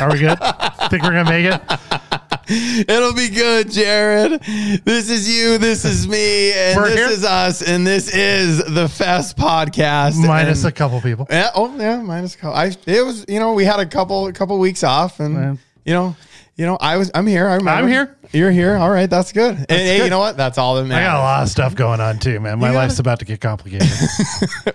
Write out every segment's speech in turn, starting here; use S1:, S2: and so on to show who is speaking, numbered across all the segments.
S1: Are we good? Think we're gonna make it?
S2: It'll be good, Jared. This is you. This is me. And
S1: We're
S2: this
S1: here.
S2: is us. And this is the Fest podcast.
S1: Minus a
S2: and,
S1: couple people.
S2: yeah, oh yeah, minus a couple. I it was you know we had a couple a couple weeks off and
S1: Yeah.
S2: you know you know I was I'm here. I remember.
S1: I'm here.
S2: You're here. All right, that's good. and hey, you
S1: good.
S2: know what? That's all that
S1: I got a
S2: matters.
S1: lot of stuff going on too, man. My
S2: You got
S1: life's
S2: it.
S1: about to get complicated.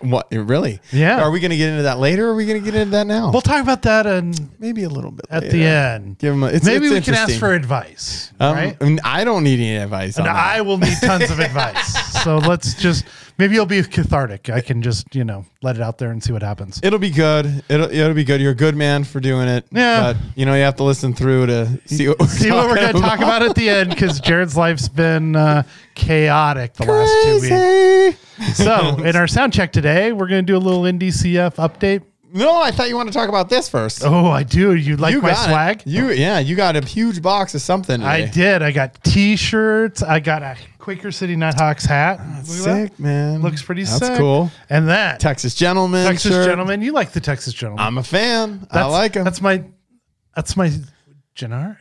S2: what really?
S1: Yeah.
S2: Are we going to get into that later? Or are we going to get into that now?
S1: we'll talk about that and
S2: maybe a little bit
S1: at
S2: later.
S1: the end.
S2: Give 'em a- it's-
S1: Maybe
S2: it's
S1: we can ask
S2: interesting.
S1: for advice,
S2: Um,
S1: right?
S2: I, mean, I don't need any advice. On
S1: And
S2: that.
S1: I will need tons of advice. So let's just maybe it'll be cathartic. I can just you know let it out there and see what happens.
S2: It'll be good. It'll it'll be good. You're a good man for doing it.
S1: Yeah.
S2: But you know you have to listen through to see what we're
S1: see what we're going to
S2: talking
S1: talk about at the end because Jared's life's been uh, chaotic the last two weeks.
S2: Crazy.
S1: So in our sound check today, we're going to do a little NDCF update.
S2: No, I thought you wanted to talk about this first.
S1: Oh, I do. You like
S2: you
S1: my
S2: got it.
S1: swag? Oh.
S2: You yeah, you got a huge box of something. Today.
S1: I did. I got T-shirts. I got a Quaker City Nighthawks hat. Look at that.
S2: Ah, Sick man.
S1: Looks pretty
S2: That's
S1: sick.
S2: cool.
S1: And that
S2: Texas gentleman.
S1: Texas
S2: shirt.
S1: gentleman. You like the Texas gentleman?
S2: I'm a fan. I
S1: That's-
S2: like him.
S1: That's my. That's my. Genar?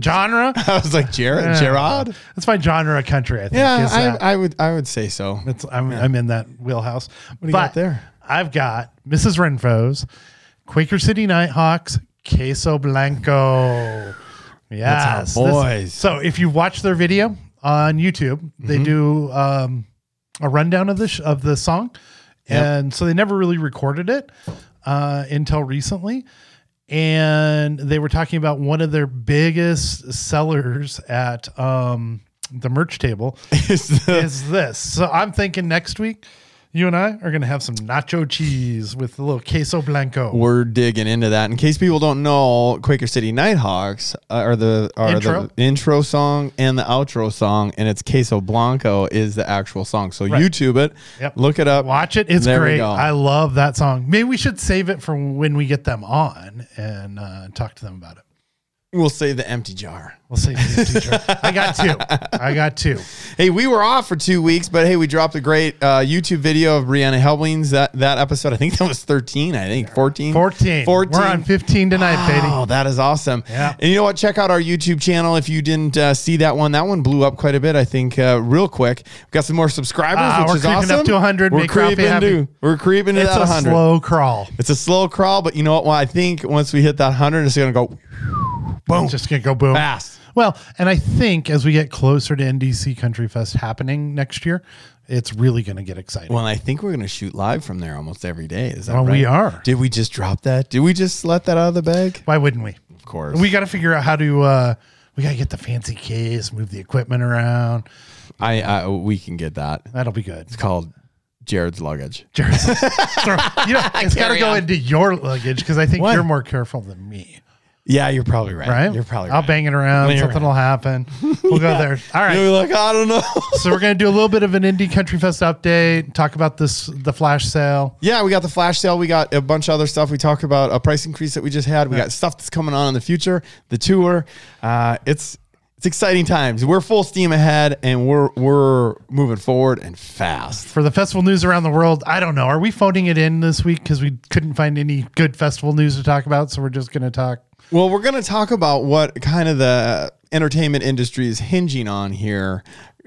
S1: genre?
S2: I was like Jared, Gerard.
S1: That's my genre of country. I think.
S2: Yeah,
S1: is that.
S2: I, I would I would say so.
S1: It's, I'm, I'm in that wheelhouse. What do
S2: you got there?
S1: I've got Mrs. Renfro's, Quaker City Nighthawks, Queso Blanco. Yes.
S2: our
S1: this-
S2: boys. Mm-hmm.
S1: so if you watch their video on YouTube, they do um, a rundown of the, sh- of the song. And so they never really recorded it uh, until recently. And they were talking about one of their biggest sellers at um, the merch table
S2: It's the-
S1: is this. So I'm thinking next week, you and I are going to have some nacho cheese with a little queso blanco.
S2: we're digging into that. In case people don't know, Quaker City Nighthawks uh, are the are
S1: Intro.
S2: the intro song and the outro song, and it's Queso Blanco is the actual song. So YouTube it,
S1: Yep.
S2: look it up,
S1: Watch it. It's
S2: There we
S1: great.
S2: go.
S1: I love that song. Maybe we should save it for when we get them on and uh, talk to them about it.
S2: We'll say the empty jar.
S1: We'll save it for the future. I got two. I got two.
S2: Hey, we were off for two weeks, but hey, we dropped a great uh, YouTube video of Brianna Helblings. That that episode, I think that was thirteen. I think 14?
S1: 14.
S2: 14.
S1: We're on 15 tonight, baby.
S2: Oh, that is awesome.
S1: Yeah.
S2: And you know what? Check out our YouTube channel if you didn't uh, see that one. That one blew up quite a bit, I think, uh, real quick. We've got some more subscribers,
S1: Ah,
S2: which
S1: we're
S2: is
S1: creeping up
S2: awesome.
S1: to 100.
S2: We're
S1: Make Ralphie
S2: creeping
S1: happy.
S2: to we're creeping to
S1: It's
S2: that
S1: a
S2: 100.
S1: slow crawl.
S2: it's a slow crawl, but you know what? Well, I think once we hit that 100, it's going to go
S1: Boom. It's just going to go boom.
S2: fast.
S1: Well, and I think as we get closer to NDC Country Fest happening next year, it's really going to get exciting.
S2: Well, I think we're going to shoot live from there almost every day. Is that
S1: Oh,
S2: right?
S1: we are.
S2: Did we just drop that? Did we just let that out of the bag?
S1: Why wouldn't we?
S2: Of course.
S1: We got to figure out how to. Uh, we got to get the fancy case, move the equipment around.
S2: I, I we can get that.
S1: That'll be good.
S2: It's called Jared's luggage.
S1: Jared, throw- you know, it's got to
S2: Carry
S1: go
S2: on.
S1: into your luggage because I think
S2: What?
S1: you're more careful than me,
S2: Yeah, you're probably right.
S1: right?
S2: You're probably
S1: I'll
S2: right.
S1: bang it around.
S2: You're
S1: something will happen. We'll go there. All right.
S2: You're like, I don't know.
S1: so we're gonna do a little bit of an indie country fest update. Talk about this the flash sale.
S2: Yeah, we got the flash sale. We got a bunch of other stuff. We talked about a price increase that we just had. We got stuff that's coming on in the future. The tour. Uh, it's it's exciting times. We're full steam ahead, and we're we're moving forward and fast.
S1: for the festival news around the world. I don't know. Are we phoning it in this week because we couldn't find any good festival news to talk about? So we're just going to talk.
S2: Well, we're gonna talk about what kind of the entertainment industry is hinging on here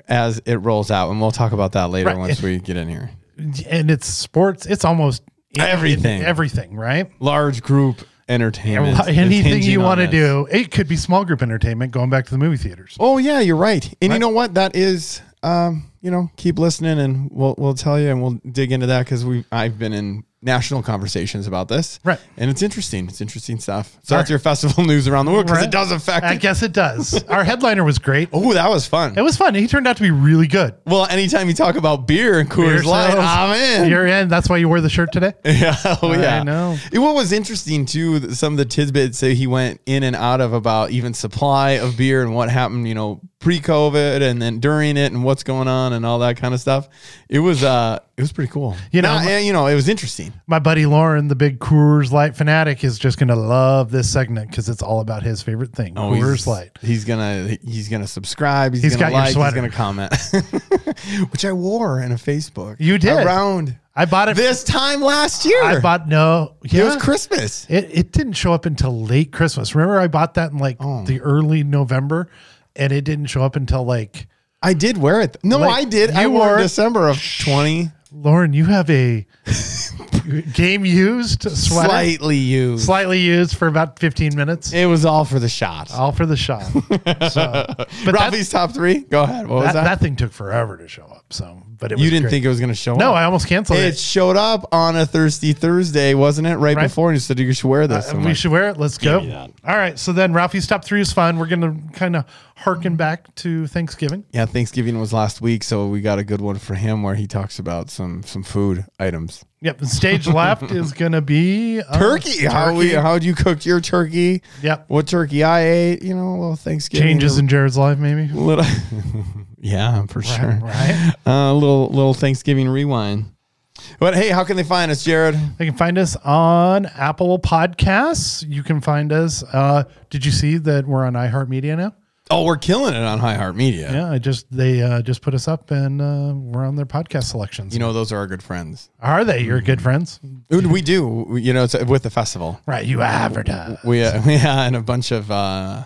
S2: as it rolls out, and we'll talk about that later
S1: Right.
S2: once we get in here.
S1: And it's sports. It's almost
S2: Everything.
S1: Everything, right?
S2: Large group entertainment. is
S1: Anything
S2: hinging
S1: you
S2: on
S1: want to
S2: this.
S1: do. It could be small group entertainment going back to the movie theaters.
S2: Oh yeah, you're right. And you know what? That is, um, you know, keep listening, and we'll we'll tell you, and we'll dig into that because we I've been in national conversations about this,
S1: Right.
S2: And it's interesting. It's interesting stuff. So that's your festival news around the world because
S1: Right.
S2: it does affect.
S1: I guess it does. Our headliner was great.
S2: Oh, that was fun.
S1: It was fun. He turned out to be really good.
S2: Well, anytime you talk about beer and Coors
S1: Beer
S2: Light,
S1: sales.
S2: I'm in.
S1: You're in. That's why you wore the shirt today.
S2: Yeah, oh, yeah.
S1: know.
S2: It- what was interesting too, th- some of the tidbits that he went in and out of about even supply of beer and what happened, you know, pre-COVID and then during it and what's going on and all that kind of stuff. It was uh it was pretty cool.
S1: You know,
S2: Nah,
S1: my-
S2: and, you know, it was interesting.
S1: My buddy Lauren, the big Coors Light fanatic, is just going to love this segment because it's all about his favorite thing, Oh, Coors
S2: Oh, he's,
S1: Light.
S2: He's gonna he's gonna subscribe. He's,
S1: He's
S2: gonna
S1: got
S2: like.
S1: your
S2: He's gonna comment, which I wore in a Facebook.
S1: You did.
S2: around
S1: I bought it.
S2: this time last year.
S1: I bought no.
S2: it
S1: Yeah,
S2: was Christmas.
S1: It, it didn't show up until late Christmas. Remember, I bought that in like
S2: Oh.
S1: the early November, and it didn't show up until like
S2: I did wear it. No,
S1: Like,
S2: I did. I
S1: you
S2: wore
S1: wore-
S2: it December of twenty,
S1: Lauren. You have a game used sweater,
S2: slightly used.
S1: slightly used for about fifteen minutes,
S2: it was all for the shot.
S1: all for the shot. So, Uh, but that,
S2: Robbie's top three. Go ahead. What was
S1: that,
S2: that?
S1: that thing took forever to show up. So, but it was
S2: you didn't
S1: great.
S2: think it was gonna show
S1: No,
S2: up.
S1: I almost canceled
S2: it
S1: it.
S2: showed up on a Thirsty Thursday, wasn't it? Right,
S1: Right. Uh,
S2: before, and you said you should wear this. I'm
S1: we
S2: like,
S1: should wear it. Let's go.
S2: me that.
S1: All right. So then Ralphie's top three is fun. We're going to kind of harken back to Thanksgiving.
S2: Yeah, Thanksgiving was last week, so we got a good one for him where he talks about some some food items.
S1: Yep. And stage left is going to be uh,
S2: Turkey. How we how'd you cook your turkey?
S1: Yep.
S2: What turkey I ate, you know, a little Thanksgiving.
S1: Changes
S2: a
S1: in Jared's life, maybe.
S2: little Yeah, for sure. Uh,
S1: Right.
S2: A little little Thanksgiving rewind. But hey, how can they find us, Jared?
S1: They can find us on Apple Podcasts. You can find us. Uh, did you see that we're on iHeartMedia now?
S2: Oh, we're killing it on High Heart Media.
S1: Yeah. I just, they uh, just put us up and uh, we're on their podcast selections.
S2: You know, Hmm. those are our good friends.
S1: Are they your good friends?
S2: We do, you know, it's uh, with the festival.
S1: Right. You advertise.
S2: We uh, yeah, and a bunch of uh,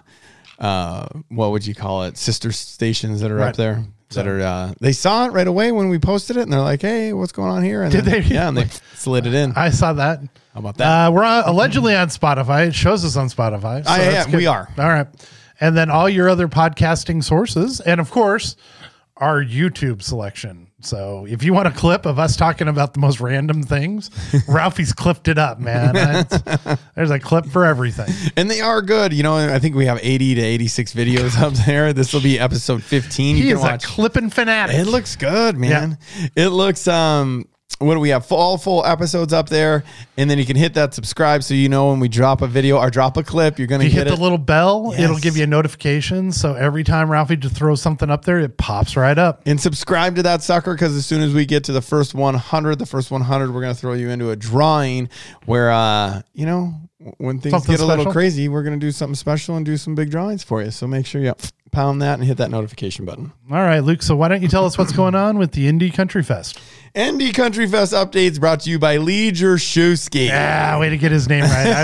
S2: uh, what would you call it? Sister stations that are
S1: Right.
S2: up there that are uh, they saw it right away when we posted it, and they're like, "Hey, what's going on here?" And
S1: Did
S2: then-
S1: they?
S2: Yeah, and they slid it in. How
S1: I saw that.
S2: about that?
S1: Uh, we're on, allegedly on Spotify. It shows us on Spotify.
S2: Ah, yeah,
S1: that's
S2: yeah,
S1: good.
S2: we are.
S1: All right. And then all your other podcasting sources. And of course, our YouTube selection. So if you want a clip of us talking about the most random things, Ralphie's clipped it up, man. That's- there's a clip for everything.
S2: and they are good. You know, I think we have eighty to eighty-six videos up there. This will be episode fifteen.
S1: He
S2: you
S1: is
S2: can watch.
S1: a clipping fanatic.
S2: It looks good, man. It looks um what do we have? All full episodes up there, and then you can hit that subscribe so you know when we drop a video or drop a clip, you're gonna
S1: you
S2: get
S1: hit the
S2: it.
S1: little bell, it'll
S2: Yes.
S1: give you a notification. So every time Ralphie just throws something up there, it pops right up.
S2: and subscribe to that sucker because as soon as we get to the first 100 the first 100 we're going to throw you into a drawing where uh you know w- when things
S1: Something
S2: get a little
S1: special?
S2: crazy we're going to do something special and do some big drawings for you so make sure you pound that and hit that notification button
S1: All right, Luke. So why don't you tell us what's going on with the Indie Country Fest?
S2: ND Country Fest updates brought to you by Leisure Shoeski.
S1: Yeah, Ah, way to get his name right. I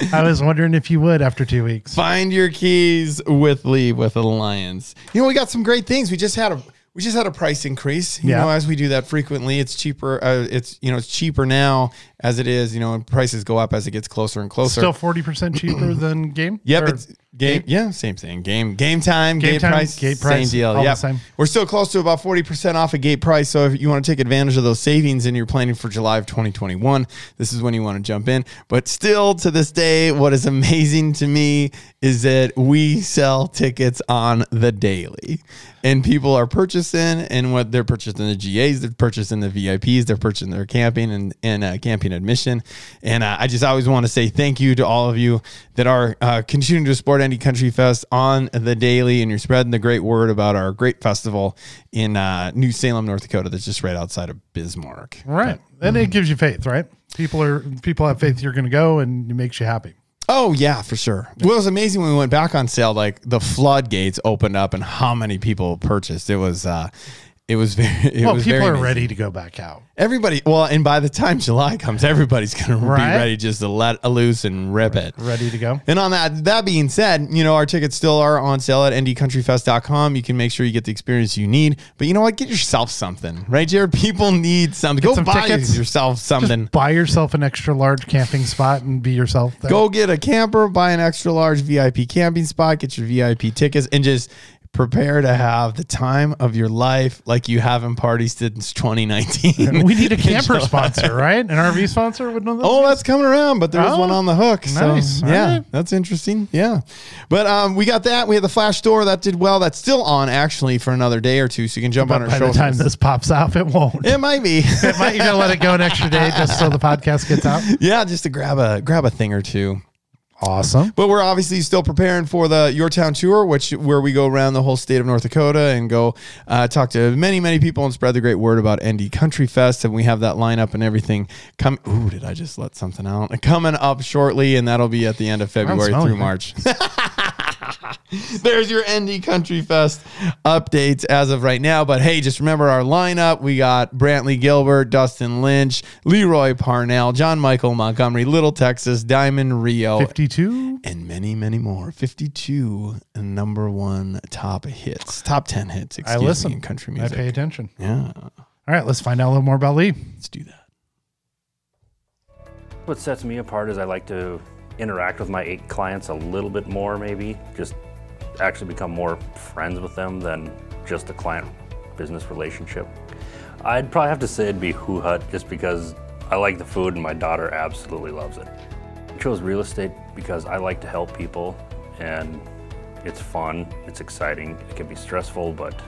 S1: was I was wondering if you would after two weeks.
S2: Find your keys with Lee with Alliance. You know, we got some great things. We just had a we just had a price increase. You
S1: Yeah.
S2: know, as we do that frequently, it's cheaper. Uh, it's you know, it's cheaper now as it is. You know, and prices go up as it gets closer and closer.
S1: Still forty percent cheaper than game.
S2: Yep,
S1: Or-
S2: it's game. Yeah, same thing. Game, game time, game,
S1: Game time,
S2: price,
S1: gate
S2: same
S1: price, all
S2: deal.
S1: the
S2: Yeah,
S1: same.
S2: we're still close to about forty percent off a gate price. So if you want to take advantage of those savings and you're planning for July of 2021, this is when you want to jump in. But still, to this day, what is amazing to me is that we sell tickets on the daily, and people are purchasing, and what they're purchasing the GAs, they're purchasing the VIPs, they're purchasing their camping and and uh, camping admission. And uh, I just always want to say thank you to all of you that are uh, continuing to support Andy Country Fest on the daily, and you're spreading the great word about our great festival in uh, New Salem, North Dakota. That's just right outside of Bismarck.
S1: right. And it gives you faith, right? People are people have faith you're gonna go and it makes you happy.
S2: Oh yeah, for sure. Well, it was amazing when we went back on sale. Like the floodgates opened up, and how many people purchased? It was, uh, it was very. It
S1: Well,
S2: was
S1: people
S2: very
S1: are
S2: amazing.
S1: ready to go back out.
S2: Everybody. Well, and by the time July comes, everybody's gonna
S1: Right.
S2: be ready just to let loose and rip it.
S1: Ready to go.
S2: And on that that being said, you know, our tickets still are on sale at ndcountryfest.com. You can make sure you get the experience you need. But you know what? Get yourself something, right, Jared? People need something. Go
S1: some
S2: buy
S1: tickets.
S2: yourself something.
S1: Buy yourself an extra large camping spot and be yourself there.
S2: Go get a camper, buy an extra large VIP camping spot, get your VIP tickets, and just prepare to have the time of your life like you haven't party since 2019.
S1: We need a camper sponsor, right? An RV sponsor would know that.
S2: Oh, that's coming around, but there was
S1: Oh,
S2: one on the hook. So,
S1: nice. All
S2: Yeah,
S1: right.
S2: that's interesting. Yeah. But um, we got that. We had the flash store that did well. That's still on actually for another day or two. So you can jump on
S1: but
S2: our
S1: by
S2: show.
S1: the time this pops off, it won't.
S2: it might be.
S1: It might, you gotta let it go an extra day just so the podcast gets out.
S2: yeah, just to grab a grab a thing or two.
S1: Awesome.
S2: But we're obviously still preparing for the Your Town tour, which where we go around the whole state of North Dakota and go uh, talk to many, many people and spread the great word about ND Country Fest. And we have that lineup and everything coming. Ooh, did I just let something out? Coming up shortly, and that'll be at the end of February
S1: smelling
S2: through
S1: it.
S2: March. There's your ND Country Fest updates as of right now. But hey, just remember our lineup. We got Brantley Gilbert, Dustin Lynch, Leroy Parnell, John Michael Montgomery, Little Texas, Diamond Rio,
S1: 52.
S2: and many, many more. 52 number one top hits, top 10 hits,
S1: I
S2: excuse
S1: listen.
S2: me, in country
S1: I
S2: music.
S1: pay attention.
S2: yeah,
S1: All right, let's find out a little more about Lee.
S2: let's do that.
S3: What sets me apart is I like to interact with my eight clients a little bit more, maybe just actually become more friends with them than just a client business relationship. I'd probably have to say it'd be Hoo Hut just because I like the food and my daughter absolutely loves it. I chose real estate because I like to help people and it's fun, it's exciting, it can be stressful, but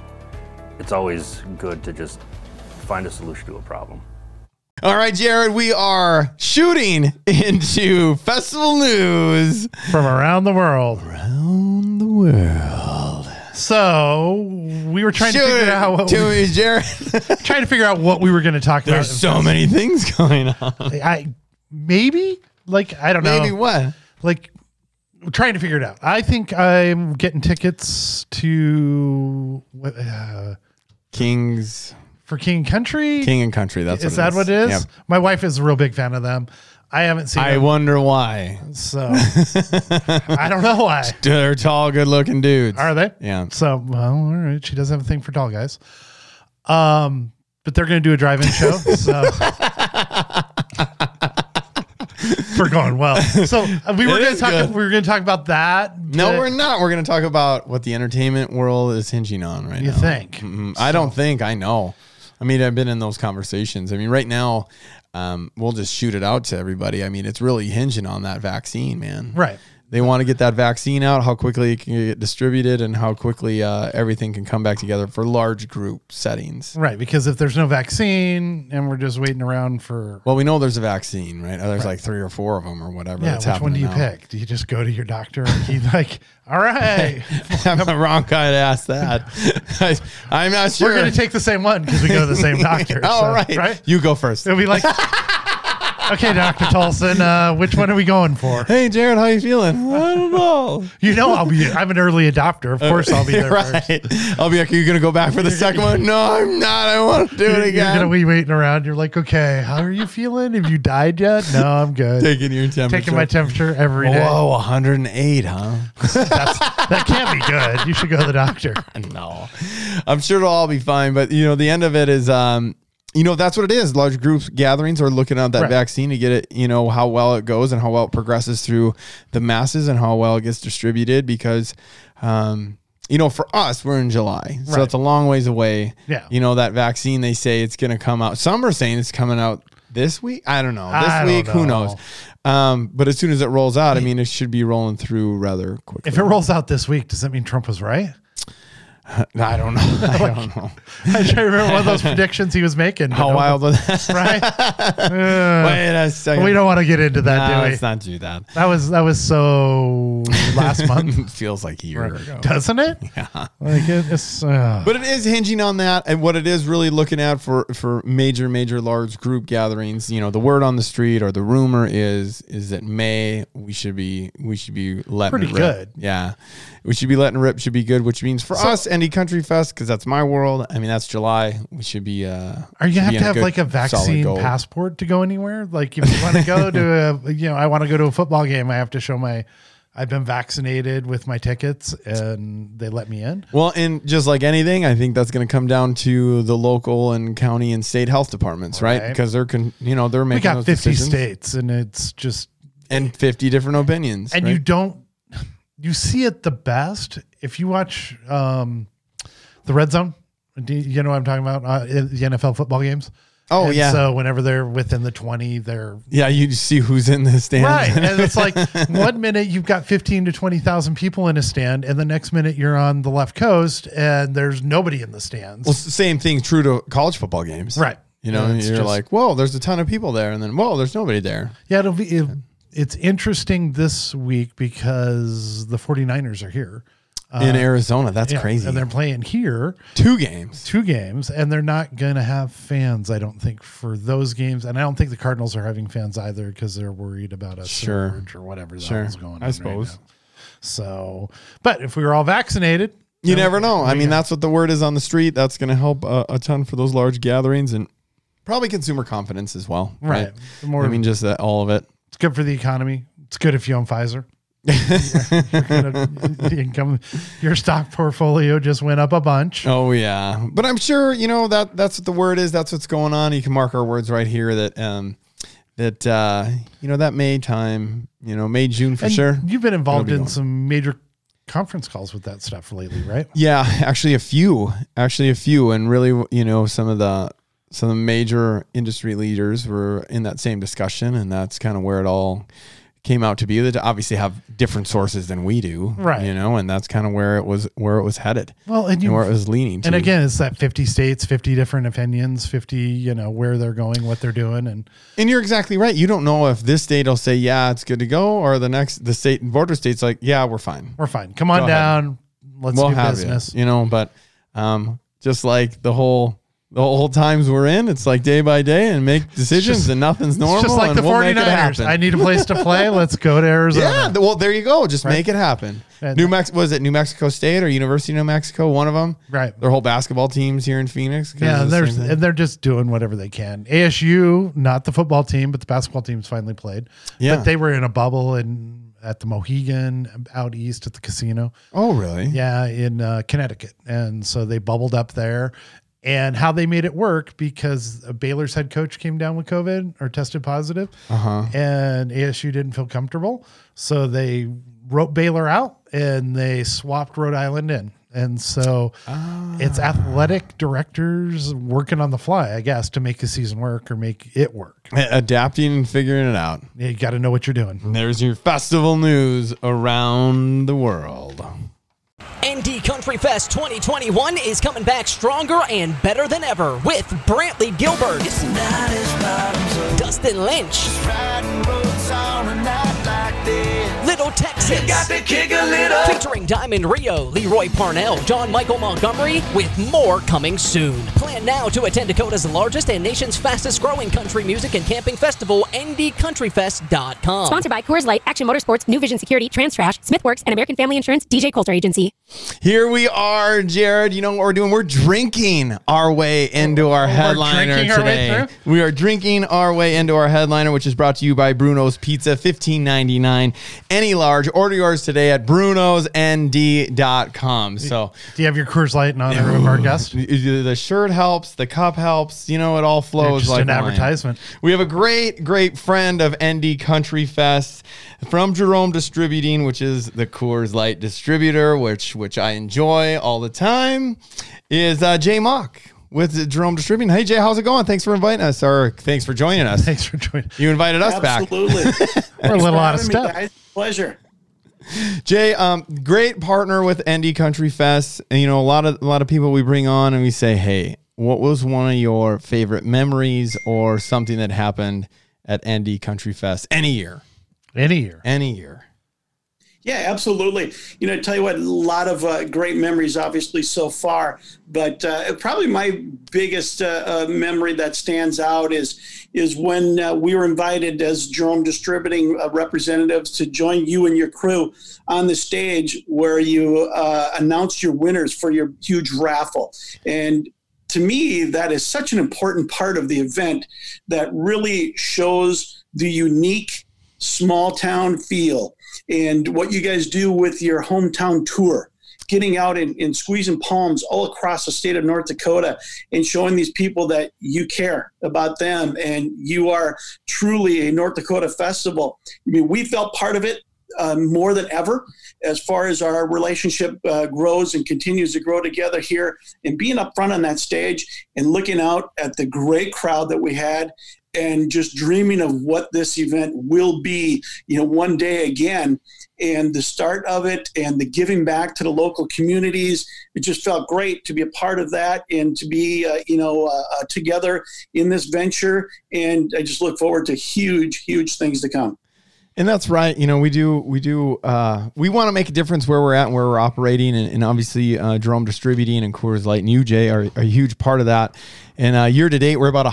S3: it's always good to just find a solution to a problem.
S2: All right, Jared, we are shooting into festival news
S1: From around the world.
S2: around the world.
S1: So we were trying to
S2: Shoot
S1: figure
S2: it
S1: out what
S2: to
S1: we,
S2: me, Jared.
S1: trying to figure out what we were going to talk
S2: There's
S1: about.
S2: so many things going on.
S1: I maybe like I don't
S2: Maybe
S1: know.
S2: what?
S1: Like trying to figure it out. I think I'm getting tickets to what, uh,
S2: Kings,
S1: for King Country.
S2: King and Country. That's
S1: is that what it is?
S2: Yeah.
S1: My wife is a real big fan of them. I haven't seen
S2: I
S1: them,
S2: wonder why.
S1: so I don't know why.
S2: They're tall, good-looking dudes.
S1: Are they?
S2: Yeah.
S1: So, well, all right. She does have a thing for tall guys. Um, but they're going to do a drive-in show. So. we're going well. So uh, we were
S2: It
S1: going to
S2: is
S1: talk.
S2: good.
S1: We were going to talk about that.
S2: No,
S1: Uh,
S2: we're not. We're going to talk about what the entertainment world is hinging on right
S1: You
S2: now.
S1: think?
S2: Mm, I don't think I know. I mean, I've been in those conversations. I mean, right now, um, we'll just shoot it out to everybody. I mean, it's really hinging on that vaccine, man.
S1: Right.
S2: They want to get that vaccine out, how quickly it can get distributed, and how quickly uh, everything can come back together for large group settings.
S1: Right. Because if there's no vaccine and we're just waiting around for
S2: Well, we know there's a vaccine, right? There's like three or four of them or whatever.
S1: yeah,
S2: that's
S1: which one do
S2: happening
S1: you
S2: now.
S1: pick? Do you just go to your doctor and he's like, "All right,
S2: I'm the wrong guy to ask that. I, am not sure.
S1: we're going to take the same one because we go to the same doctor."
S2: Oh,
S1: So,
S2: right.
S1: Right.
S2: You go first.
S1: It'll be like, okay, Dr. Tolson, uh, which one are we going for?
S2: Hey, Jared, how you feeling? I don't know.
S1: You know, I'll be, I'm an early adopter. Of course, I'll be there first.
S2: right. I'll be like, are you going to go back for the second one? No, I'm not. I want to do
S1: You're,
S2: it
S1: you're going to
S2: again.
S1: be waiting around. You're like, okay, how are you feeling? Have you died yet? No, I'm good.
S2: Taking your temperature.
S1: Taking my temperature every day.
S2: Whoa, 108, huh?
S1: That's, that can't be good. You should go to the doctor.
S2: no. I'm sure it'll all be fine. But, you know, the end of it is, um, you know, that's what it is. Large groups, gatherings are looking at that
S1: Right.
S2: vaccine to get it, you know, how well it goes and how well it progresses through the masses and how well it gets distributed because, um, you know, for us, we're in July. So
S1: Right.
S2: it's a long ways away.
S1: Yeah.
S2: You know, that vaccine, they say it's going to come out. Some are saying it's coming out this week. I don't know. This
S1: I don't
S2: week, who
S1: know.
S2: knows? Um, but as soon as it rolls out, I mean, it should be rolling through rather quickly.
S1: If it rolls out this week, does that mean Trump was right?
S2: I don't know. I don't know.
S1: I try to remember one of those predictions he was making. but
S2: How
S1: no-
S2: wild was that?
S1: right? Uh,
S2: Wait a second.
S1: we don't want to get into that,
S2: No,
S1: do we?
S2: let's not do that.
S1: That was that was so last month.
S2: It feels like a year ago.
S1: doesn't it?
S2: Yeah.
S1: Like it, it's uh,
S2: But it is hinging on that, and what it is really looking at for for major, major, large group gatherings. You know, the word on the street or the rumor is is that May we should be we should be letting
S1: Pretty
S2: it rip.
S1: good.
S2: Yeah, we should be letting it rip. Should be good, which means for us, any country fest because that's my world. I mean, that's July. We should be. uh
S1: are you gonna
S2: should
S1: have to
S2: be in
S1: have
S2: good,
S1: like a
S2: solid
S1: vaccine
S2: goal.
S1: passport to go anywhere? Like if you want to go to a you know I want to go to a football game, I have to show my I've been vaccinated with my tickets and they let me in.
S2: Well, and just like anything, I think that's going to come down to the local and county and state health departments, right?
S1: Right.
S2: Because they're con- you know they're making
S1: We got
S2: those
S1: 50
S2: decisions
S1: states and it's just
S2: and fifty different opinions.
S1: and
S2: right?
S1: you don't you see it the best if you watch um the red zone do you you know what i'm talking about uh, in the nfl football games
S2: oh
S1: And
S2: yeah
S1: so whenever they're within the 20 they're
S2: yeah you just see who's in the stands.
S1: right and it's like one minute you've got 15 to 20000 people in a stand and the next minute you're on the left coast and there's nobody in the stands
S2: well, s- same thing true to college football games,
S1: Right.
S2: You know,
S1: Yeah,
S2: and
S1: it's
S2: you're
S1: just-
S2: like, whoa, there's a ton of people there, and then whoa, there's nobody there.
S1: yeah it'll be it, it's interesting this week because the 49ers are here.
S2: in Arizona. That's
S1: Uh-huh. Yeah,
S2: crazy.
S1: And they're playing here
S2: Two games.
S1: two games and they're not going to have fans, I don't think, for those games. And I don't think the Cardinals are having fans either because they're worried about a
S2: Sure.
S1: surge or whatever the
S2: Sure.
S1: hell's going on.
S2: I
S1: right
S2: suppose.
S1: now. so, but if we were all vaccinated,
S2: You never know. I mean, that's what the word is on the street. That's going to help a, a ton for those large gatherings and probably consumer confidence as well.
S1: Right. The more-
S2: I mean, just that, all of it.
S1: it's good for the economy. It's good if you own Pfizer. You're gonna- the income, your stock portfolio just went up a bunch.
S2: Oh yeah, but I'm sure you know that that's what the word is. That's what's going on. You can mark our words right here. That um, that uh, you know that May time. You know May June for
S1: And
S2: sure.
S1: You've been involved
S2: It'll be
S1: in
S2: going.
S1: some major conference calls with that stuff lately, right?
S2: Yeah, actually a few, actually a few, and really, you know, some of the some of the major industry leaders were in that same discussion, and that's kind of where it all came out to be. They obviously have different sources than we do,
S1: Right.
S2: You know, and that's kind of where it was where it was headed,
S1: Well, and
S2: and
S1: you
S2: where it was leaning. To.
S1: and again it's that 50 states 50 different opinions 50 you know where they're going what they're doing and
S2: And you're exactly right. You don't know if this state will say, yeah, it's good to go, or the next, the state border state's like, yeah, we're fine.
S1: we're fine come on
S2: Go ahead.
S1: down let's
S2: we'll
S1: do
S2: have
S1: business
S2: you, you know. But um, just like the whole the whole times we're in, it's like day by day and make decisions, and nothing's normal.
S1: it's just like
S2: and
S1: the
S2: we'll make it
S1: 49ers
S2: happen.
S1: i need a place to play let's go to arizona
S2: yeah, th- well, there you go. Just make it happen.
S1: And-
S2: New Mexico was it New Mexico State or University of New Mexico? One of them.
S1: Right.
S2: Their whole basketball teams here in Phoenix. 'cause
S1: yeah
S2: of the
S1: there's
S2: same
S1: and
S2: thing.
S1: they're just doing whatever they can asu not the football team but the basketball team's finally played
S2: Yeah.
S1: but they were in a bubble and at the mohegan out east at the casino
S2: oh really?
S1: Yeah, in uh, Connecticut. And so they bubbled up there. And how they made it work because Baylor's head coach came down with COVID or tested positive, and ASU didn't feel comfortable. So they wrote Baylor out and they swapped Rhode Island in. And so it's athletic directors working on the fly, I guess, to make the season work or make it work.
S2: A- Adapting and figuring it out.
S1: You got to know what you're doing.
S2: There's your festival news around the world.
S4: ND Country Fest 2021 is coming back stronger and better than ever with Brantley Gilbert, Dustin Lynch, Little Texas, featuring Diamond Rio, Leroy Parnell, John Michael Montgomery, with more coming soon. Plan now to attend Dakota's largest and nation's fastest growing country music and camping festival, ndcountryfest.com.
S5: Sponsored by Coors Light, Action Motorsports, New Vision Security, Trans Trash, Smithworks, and American Family Insurance, DJ Coulter Agency.
S2: Here we are, Jared. You know what we're doing? We're drinking our way into our headliner
S1: drinking our way
S2: today.
S1: through?
S2: we are drinking our way into our headliner, which is brought to you by Bruno's Pizza, fifteen ninety nine. Any large, order yours today at brunosnd.com. So
S1: Do you have your Coors Light in honor of our guest?
S2: the the shirt helps, the cup helps. You know, it all flows
S1: Just
S2: like
S1: an
S2: wine.
S1: advertisement.
S2: We have a great, great friend of ND Country Fest from Jerome Distributing, which is the Coors Light distributor, which which I enjoy all the time. Is uh, Jay Mock with Jerome Distributing? Hey Jay, how's it going? Thanks for inviting us, or thanks for joining us.
S1: Thanks for joining.
S2: You invited us back,
S6: Absolutely.
S1: We're a little out of
S6: Having me,
S1: step.
S6: guys. Pleasure.
S2: Jay. Um, great partner with ND Country Fest, and you know a lot of a lot of people we bring on, and we say, hey, what was one of your favorite memories or something that happened at ND Country Fest any year?
S1: Any year.
S2: Any year.
S6: Yeah, absolutely. You know, tell you what, a lot of uh, great memories, obviously, so far. But uh, probably my biggest uh, uh, memory that stands out is is when uh, we were invited as Jerome Distributing uh, representatives to join you and your crew on the stage where you uh, announced your winners for your huge raffle. And to me, that is such an important part of the event that really shows the unique small town feel and what you guys do with your hometown tour getting out and, and squeezing palms all across the state of north dakota and showing these people that you care about them and you are truly a north dakota festival i mean we felt part of it uh, more than ever as far as our relationship uh, grows and continues to grow together here and being up front on that stage and looking out at the great crowd that we had and just dreaming of what this event will be you know one day again and the start of it and the giving back to the local communities it just felt great to be a part of that and to be uh, you know uh, uh, together in this venture and i just look forward to huge huge things to come
S2: And that's right. You know, we do, we do, uh, we want to make a difference where we're at and where we're operating. And, and obviously, uh, Jerome Distributing and Coors Light and UJ are, are a huge part of that. And uh, year to date, we're about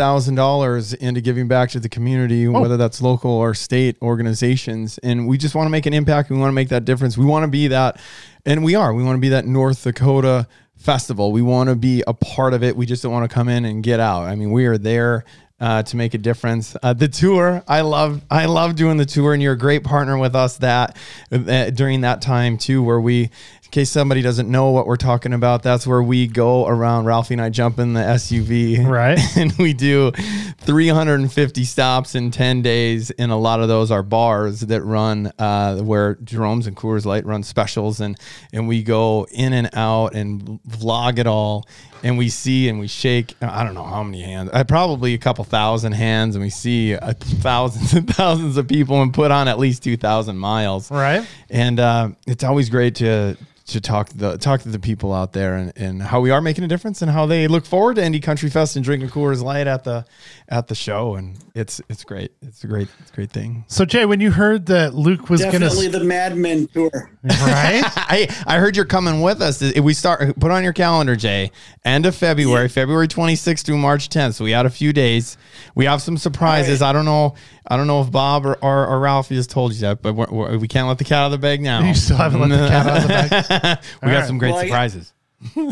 S2: $140,000 into giving back to the community, whether that's local or state organizations. And we just want to make an impact. We want to make that difference. We want to be that, and we are, we want to be that North Dakota festival. We want to be a part of it. We just don't want to come in and get out. I mean, we are there uh, to make a difference. Uh, the tour, I love, I love doing the tour, and you're a great partner with us that uh, during that time too, where we, in case somebody doesn't know what we're talking about, that's where we go around. Ralphie and I jump in the SUV,
S1: Right.
S2: and we do 350 stops in 10 days and a lot of those are bars that run uh, where jerome's and coors light run specials and and we go in and out and vlog it all and we see and we shake uh, i don't know how many hands uh, probably a couple thousand hands and we see uh, thousands and thousands of people and put on at least 2000 miles
S1: Right.
S2: and uh, it's always great to to talk to the talk to the people out there and, and how we are making a difference and how they look forward to Indy Country Fest and drinking Coors Light at the at the show and it's it's great it's a great it's a great thing.
S1: So Jay, when you heard that Luke was going
S6: Definitely
S1: to
S6: the Mad Men tour.
S1: right,
S2: I I heard you're coming with us. If We start put on your calendar, Jay. End of February, February 26th through March 10th. So we had a few days. We have some surprises. I don't know. I don't know if Bob or, or, or Ralphie has told you that, but we're, we're, we can not let the cat out of the bag now.
S1: you still haven't let the cat out of the bag.
S2: we got
S1: right.
S2: some great
S6: Well, I-
S2: surprises.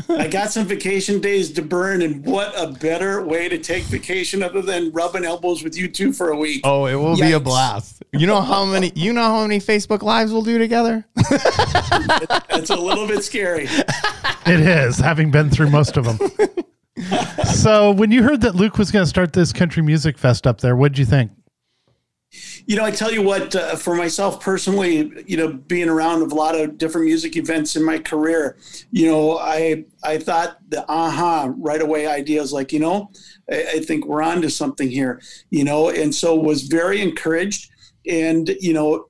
S6: I got some vacation days to burn, and what a better way to take vacation other than rubbing elbows with you two for a week.
S2: Oh, it will be a
S6: Yikes.
S2: blast. You know how many you know how many Facebook lives we'll do together?
S6: That's a little bit scary.
S1: It is having been through most of them. so when you heard that Luke was going to start this country music fest up there, what did you think?
S6: you know, I tell you what, uh, for myself personally, you know, being around a lot of different music events in my career, you know, I I thought the aha right away idea is like, you know, I, I think we're onto something here, you know, and so was very encouraged, and you know,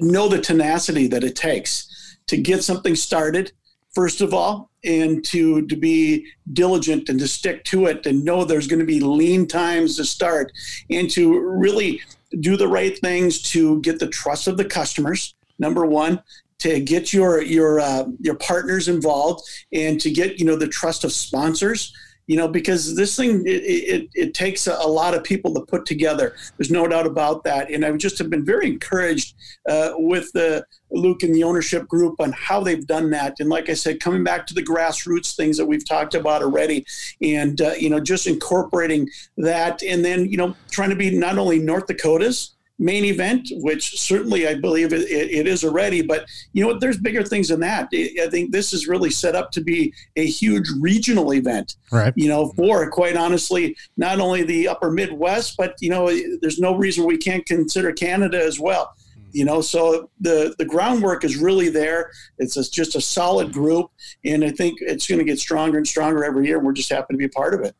S6: know the tenacity that it takes to get something started, first of all, and to to be diligent and to stick to it, and know there's going to be lean times to start, and to really do the right things to get the trust of the customers number one to get your your uh, your partners involved and to get you know the trust of sponsors you know because this thing it, it, it takes a, a lot of people to put together there's no doubt about that and i've just have been very encouraged uh, with the luke and the ownership group on how they've done that and like i said coming back to the grassroots things that we've talked about already and uh, you know just incorporating that and then you know trying to be not only north dakota's main event which certainly i believe it, it, it is already but you know what there's bigger things than that I- i think this is really set up to be a huge regional event
S1: Right.
S6: you know for quite honestly not only the upper midwest but you know there's no reason we can't consider canada as well you know so the the groundwork is really there it's just- just a solid group and i think it's going to get stronger and stronger every year and we're just happy to be a part of it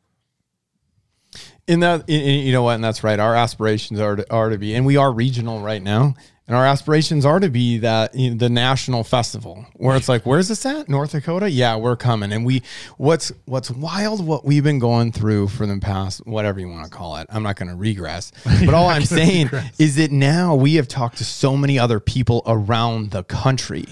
S2: And that and- and you know what, and that's right. Our aspirations are to, are to be, and we are regional right now. And our aspirations are to be that you know, the national festival where it's like, where's this at? North Dakota? Yeah, we're coming. And we, what's what's wild, what we've been going through for the past whatever you want to call it. I'm not going to regress, but all I'm saying is that now we have talked to so many other people around the country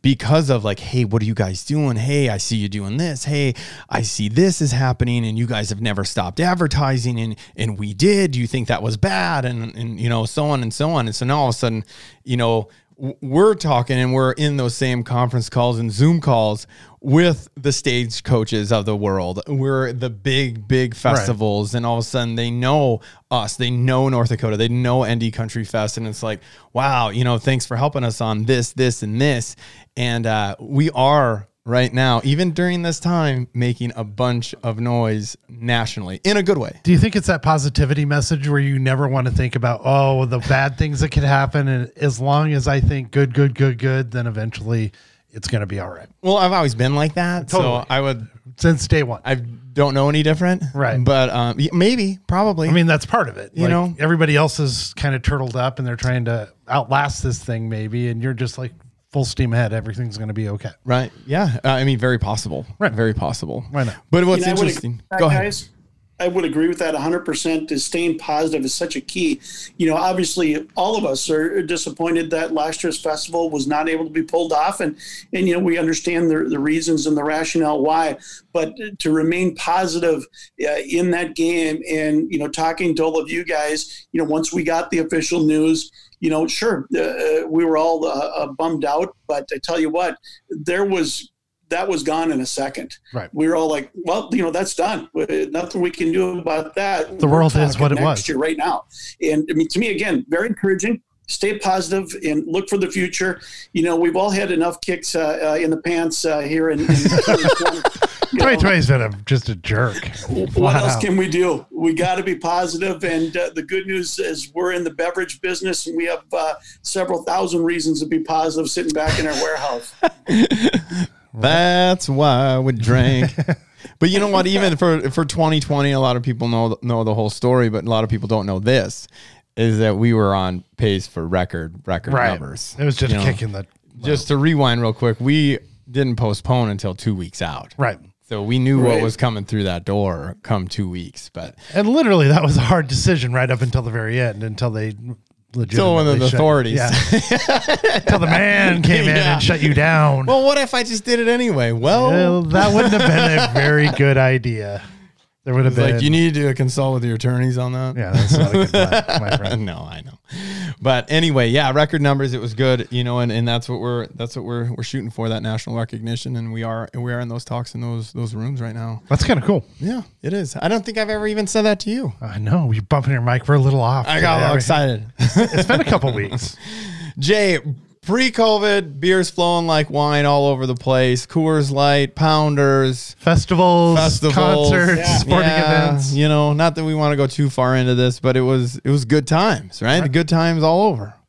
S2: because of like, hey, what are you guys doing? Hey, I see you doing this. Hey, I see this is happening, and you guys have never stopped advertising, and and we did. You think that was bad, and and you know so on and so on, and so now all of a sudden, you know, w- we're talking and we're in those same conference calls and Zoom calls with the stage coaches of the world. We're the big big festivals, and all of a sudden they know us. They know North Dakota. They know ND Country Fest, and it's like, wow, you know, thanks for helping us on this, this, and this. And uh, we are right now, even during this time, making a bunch of noise nationally in a good way.
S1: Do you think it's that positivity message where you never want to think about oh the bad things that could happen, and as long as I think good, good, good, good, then eventually it's going to be all right
S2: Well, I've always been like that,
S1: Totally.
S2: so I would.
S1: since day one. I,
S2: I don't know any different,
S1: Right.
S2: But um, y- maybe, probably.
S1: mean that's part of it.
S2: You know?
S1: everybody else is kind of turtled up and they're trying to outlast this thing maybe, and you're just like full steam ahead. Everything's going to be okay.
S2: Right. Yeah. Uh, I mean, very possible.
S1: Right.
S2: Very possible.
S1: Why not?
S2: But what's
S6: You know, I would
S2: interesting?
S6: agree with that,
S2: Go ahead.
S6: guys. I would agree with that 100%. Is staying positive is such a key. You know, obviously, all of us are disappointed that last year's festival was not able to be pulled off, and and you know we understand the, the reasons and the rationale why. But to remain positive uh, in that game, and you know, talking to all of you guys, you know, once we got the official news, you know, sure, uh, we were all uh, bummed out, but I tell you what, there was that was gone in a second.
S1: Right.
S6: We were all like, well, you know, that's done. Nothing we can do about that.
S1: The world
S6: We're
S1: is what
S6: talking
S1: it
S6: next
S1: was.
S6: year right now. And I mean, to me, again, very encouraging. Stay positive and look for the future. You know, we've all had enough kicks uh, uh, in the pants uh, here in. in 2020. You know,
S1: 2020's been a, just a jerk.
S6: what
S1: Flat
S6: else
S1: out.
S6: can we do? We got to be positive, and uh, the good news is we're in the beverage business, and we have uh, several thousand reasons to be positive sitting back in our warehouse.
S2: That's why we drank. but you know what? Even for for 2020, a lot of people know know the whole story, but a lot of people don't know this is that we were on pace for record record
S1: right?
S2: numbers.
S1: It was just
S2: You know?
S1: kicking the
S2: Just to rewind real quick, we didn't postpone until two weeks out.
S1: right.
S2: So we knew what
S6: Right.
S2: was coming through that door come two weeks, but
S1: And literally, that was a hard decision right up until the very end, until they legitimately
S2: still one of the
S1: shut-
S2: authorities.
S1: Yeah, until the man came in
S2: Yeah.
S1: and shut you down.
S2: well, what if I just did it anyway? Well,
S1: Well, that wouldn't have been a very good idea. There would have
S2: it's
S1: been
S2: like you need to consult with your attorneys on that.
S1: Yeah, that's not a good plan, my friend.
S2: no, I know. But anyway, yeah, record numbers. It was good, you know, and, and that's what we're that's what we're we're shooting for that national recognition, and we are and we are in those talks in those those rooms right now.
S1: That's kind of cool.
S2: Yeah, it is. I don't think I've ever even said that to you.
S1: I know you're bumping your mic. We're a little off.
S2: I got
S1: today.
S2: all excited.
S1: It's been a couple weeks.
S2: Jay, pre-COVID, beers flowing like wine all over the place. Coors Light, Pounders.
S1: Festivals,
S2: festivals,
S1: concerts, sporting
S2: Yeah,
S1: events.
S2: You know, not that we want to go too far into this, but it was it was good times, right? Good times all over.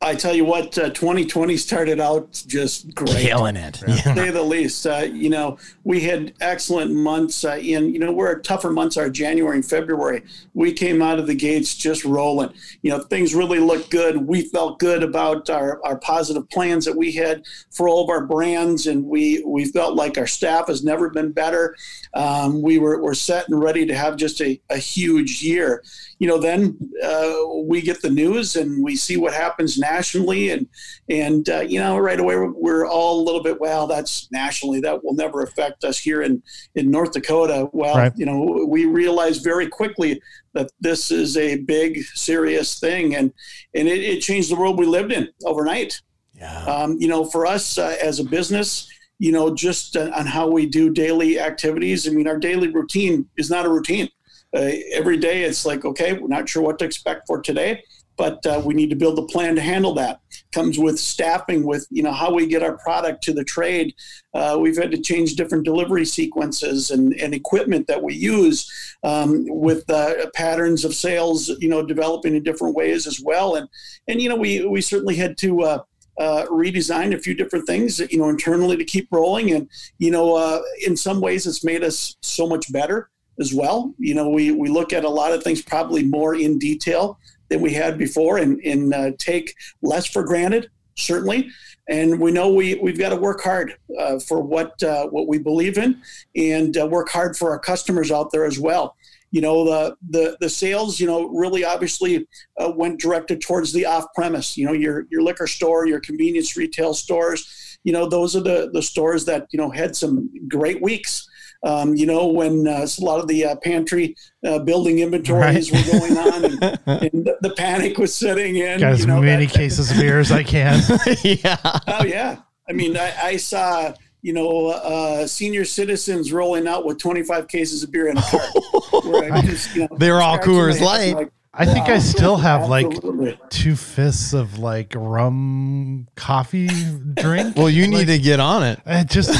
S6: I tell you what, uh, 2020 started out just great.
S2: it.
S6: to say the least. Uh, you know, we had excellent months uh, in, you know, where tougher months are January and February. We came out of the gates just rolling. You know, things really looked good. We felt good about our, our positive plans that we had for all of our brands. And we, we felt like our staff has never been better. Um, we were, were set and ready to have just a, a huge year. You know, then uh, we get the news and we see what happens nationally and and uh, you know, right away we're- we're all a little bit. Well, that's nationally. That will never affect us here in in North Dakota. Well,
S1: Right.
S6: you know, we realized very quickly that this is a big, serious thing, and and it, it changed the world we lived in overnight.
S2: Yeah.
S6: Um, you know, for us uh, as a business, you know, just uh, on, on how we do daily activities. I mean, our daily routine is not a routine. Uh, every day, it's like, okay, we're not sure what to expect for today, but uh, we need to build a plan to handle that. Comes with staffing, with you know how we get our product to the trade. Uh, we've had to change different delivery sequences and, and equipment that we use, um, with uh, patterns of sales, you know, developing in different ways as well. And and you know, we we certainly had to. Uh, uh, redesigned a few different things, you know, internally to keep rolling. And, you know, uh, in some ways it's made us so much better as well. You know, we, we look at a lot of things probably more in detail than we had before and, and uh, take less for granted, certainly. And we know we, we've got to work hard uh, for what, uh, what we believe in and uh, work hard for our customers out there as well. You know, the, the, the sales, you know, really obviously uh, went directed towards the off-premise. You know, your your liquor store, your convenience retail stores. You know, those are the the stores that you know had some great weeks. Um, you know, when uh, a lot of the uh, pantry uh, building inventories were going on, and, and the panic was setting in.
S1: Got as
S6: you know,
S1: many
S6: that- that-
S1: cases of beer as I can.
S2: yeah.
S6: Oh yeah, I mean, I, I saw you know uh, senior citizens rolling out with 25 cases of beer in a cart. where I just, you know,
S2: They were all
S6: scratching my
S2: Coors
S6: head,
S2: Light.
S6: like,
S1: I think I
S6: wow.
S1: still have like
S6: Absolutely.
S1: two fifths of like rum coffee drink.
S2: Well, you need to get on it.
S1: It just,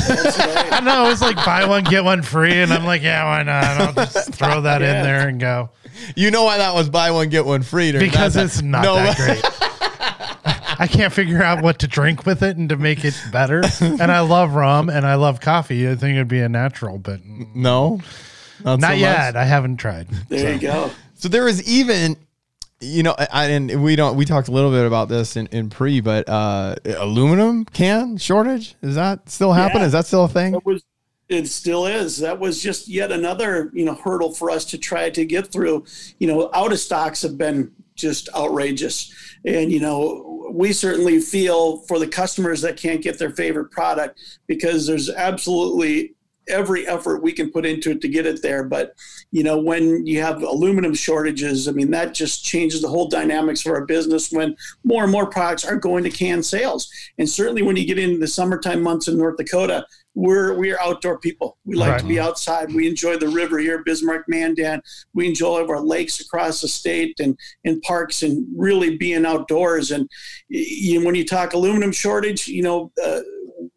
S1: I know, it's like buy one, get one free. And I'm like, yeah, why not? I'll just throw that
S6: Yeah.
S1: in there and go.
S2: You know why that was buy one get one free? during
S1: Because
S2: that
S1: it's
S2: time.
S1: not that great. I can't figure out what to drink with it and to make it better. And I love rum and I love coffee. I think it'd be a natural, but
S2: No, not, so
S1: not
S2: much.
S1: yet. I haven't tried.
S6: There you go.
S2: So there is even, you know, I, and we don't. We talked a little bit about this in, in pre, but uh, aluminum can shortage is that still happening?
S6: Yeah.
S2: Is that still a thing?
S6: It was. it still is. That was just yet another you know hurdle for us to try to get through. You know, out of stocks have been just outrageous, and you know we certainly feel for the customers that can't get their favorite product because there's absolutely every effort we can put into it to get it there. But you know, when you have aluminum shortages, I mean that just changes the whole dynamics of our business when more and more products are going to canned sales. And certainly when you get into the summertime months in North Dakota, we're we're outdoor people. We like
S1: Right.
S6: to be outside. We enjoy the river here, Bismarck Mandan. We enjoy all of our lakes across the state and and parks and really being outdoors. And y- you know, when you talk aluminum shortage, you know. Uh,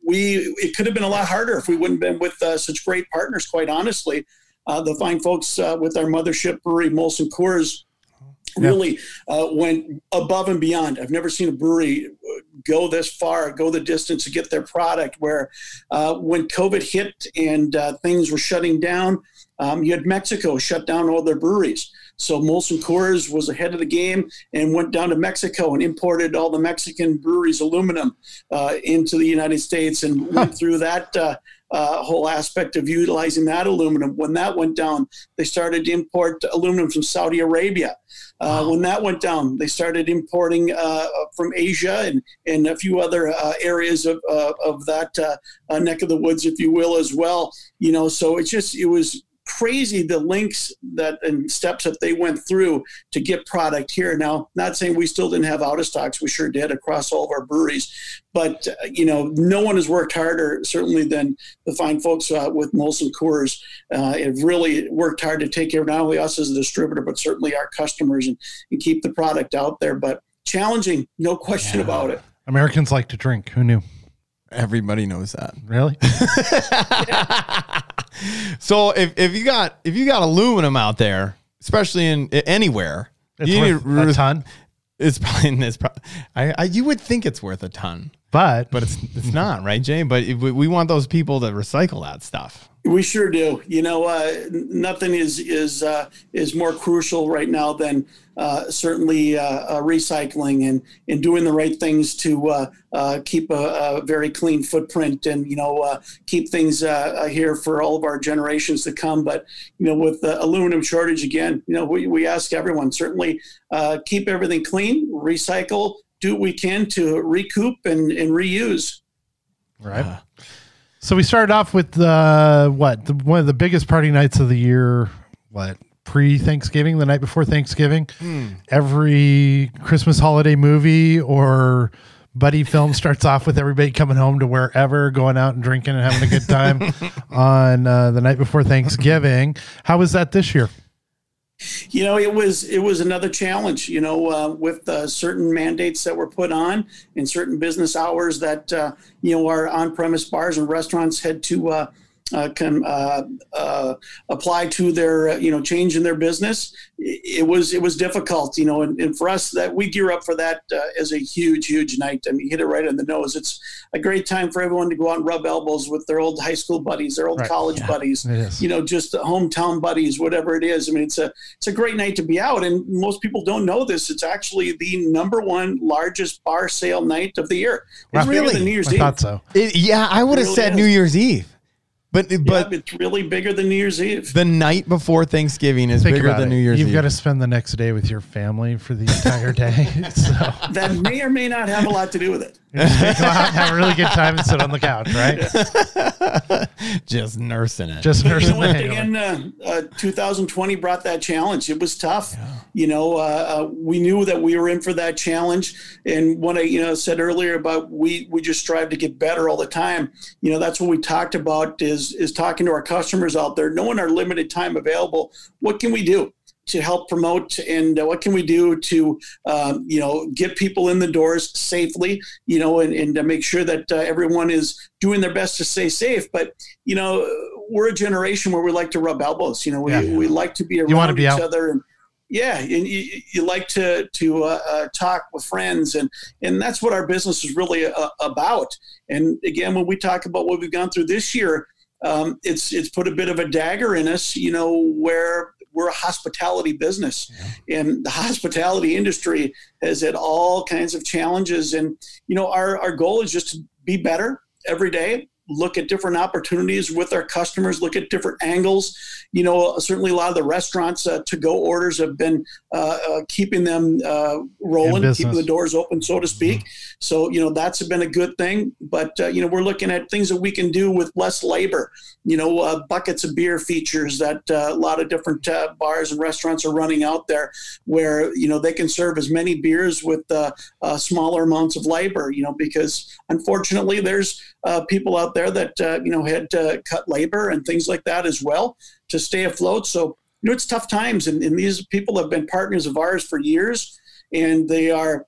S6: we it could have been a lot harder if we wouldn't have been with uh, such great partners. Quite honestly, uh, the fine folks uh, with our mothership brewery, Molson Coors,
S1: Yeah.
S6: really uh, went above and beyond. I've never seen a brewery uh, go this far, go the distance to get their product. Where uh, when COVID hit and uh, things were shutting down, um, you had Mexico shut down all their breweries. So Molson Coors was ahead of the game and went down to Mexico and imported all the Mexican breweries' aluminum uh, into the United States and went through that uh, uh, whole aspect of utilizing that aluminum. When that went down, they started to import aluminum from Saudi Arabia. Uh, When that went down, they started importing uh, from Asia and, and a few other uh, areas of, uh, of that uh, uh, neck of the woods, if you will, as well. You know, so it's just, it was crazy the links that and steps that they went through to get product here. Now, not saying we still didn't have out of stocks, we sure did across all of our breweries, but uh, you know, no one has worked harder certainly than the fine folks uh, with Molson Coors. Uh, have really worked hard to take care of not only us as a distributor, but certainly our customers and, and keep the product out there. But challenging, no question about it.
S1: Americans like to drink. Who knew?
S2: Everybody knows that.
S1: Really?
S2: so if, if you got if you got aluminum out there, especially in anywhere,
S1: It's
S2: you
S1: worth
S2: need to-
S1: a ton,
S2: It's probably in this. Pro- I, I you would think it's worth a ton,
S1: but
S2: but it's it's not, right, Jay? But if we, we want those people to recycle that stuff.
S6: We sure do. You know, uh, n- nothing is is uh, is more crucial right now than uh, certainly uh, uh, recycling and and doing the right things to uh, uh, keep a, a very clean footprint and you know uh, keep things uh, uh, here for all of our generations to come. But you know, with the aluminum shortage again, you know, we we ask everyone certainly uh, keep everything clean, recycle, do what we can to recoup and and reuse.
S1: right. Uh-huh. so we started off with the what the, one of the biggest party nights of the year. What pre Thanksgiving, the night before Thanksgiving,
S6: Hmm.
S1: every Christmas holiday movie or buddy film starts off with everybody coming home to wherever, going out and drinking and having a good time on uh, the night before Thanksgiving. How was that this year?
S6: you know it was it was another challenge you know uh, with uh, certain mandates that were put on and certain business hours that uh, you know our on-premise bars and restaurants had to uh, uh, can uh, uh, apply to their uh, you know change in their business. It it was it was difficult, you know, and, and for us that we gear up for that uh, as a huge huge night. I mean, you hit it right on the nose. It's a great time for everyone to go out and rub elbows with their old high school buddies, their old
S1: Right.
S6: college buddies,
S1: It is.
S6: you know, just the hometown buddies, whatever it is. I mean, it's a it's a great night to be out, and most people don't know this. It's actually the number one largest bar sale night of the year. It's
S2: Wow.
S6: bigger
S2: Really?
S6: than New Year's
S1: I
S6: Eve.
S1: thought so.
S2: It, yeah, I would have
S6: Really
S2: said
S6: is.
S2: New Year's Eve, but but
S6: But it's really bigger than New Year's Eve.
S2: the night before Thanksgiving is
S1: Think
S2: bigger
S1: about
S2: than
S1: it.
S2: New Year's
S1: You've
S2: Eve.
S1: got to spend the next day with your family for the entire day. so
S6: that may or may not have a lot to do with it.
S1: go out and have a really good time and sit on the couch, right?
S2: just nursing it.
S1: Just
S6: You
S1: nursing the
S6: know what?
S1: hangover.
S6: Again, uh, uh, 2020 brought that challenge. It was tough. You know, uh, uh, we knew that we were in for that challenge. And what I, you know, said earlier about we we just strive to get better all the time. You know, that's what we talked about is is talking to our customers out there, knowing our limited time available. What can we do? To help promote, and uh, what can we do to, um, you know, get people in the doors safely, you know, and, and to make sure that uh, everyone is doing their best to stay safe. But you know, we're a generation where we like to rub elbows. You know, we,
S1: Yeah.
S6: we like to be around
S1: wanna be
S6: each
S1: out.
S6: other, and yeah, and you, you like to to uh, uh, talk with friends, and and that's what our business is really uh, about. And again, when we talk about what we've gone through this year, um, it's it's put a bit of a dagger in us. You know, where we're a hospitality business, and the hospitality industry has had all kinds of challenges. And you know, our our goal is just to be better every day look at different opportunities with our customers, look at different angles. You know, uh, certainly a lot of the restaurants uh, to go orders have been uh, uh, keeping them uh, rolling,
S1: business.
S6: keeping the doors open, so to speak. So, you know, that's been a good thing. But, uh, you know, we're looking at things that we can do with less labor. You know, uh, buckets of beer features that uh, a lot of different uh, bars and restaurants are running out there where, you know, they can serve as many beers with uh, uh, smaller amounts of labor, you know, because unfortunately there's uh, people out there that, uh, you know, had uh, cut labor and things like that as well to stay afloat. So, you know, it's tough times. And, and these people have been partners of ours for years and they are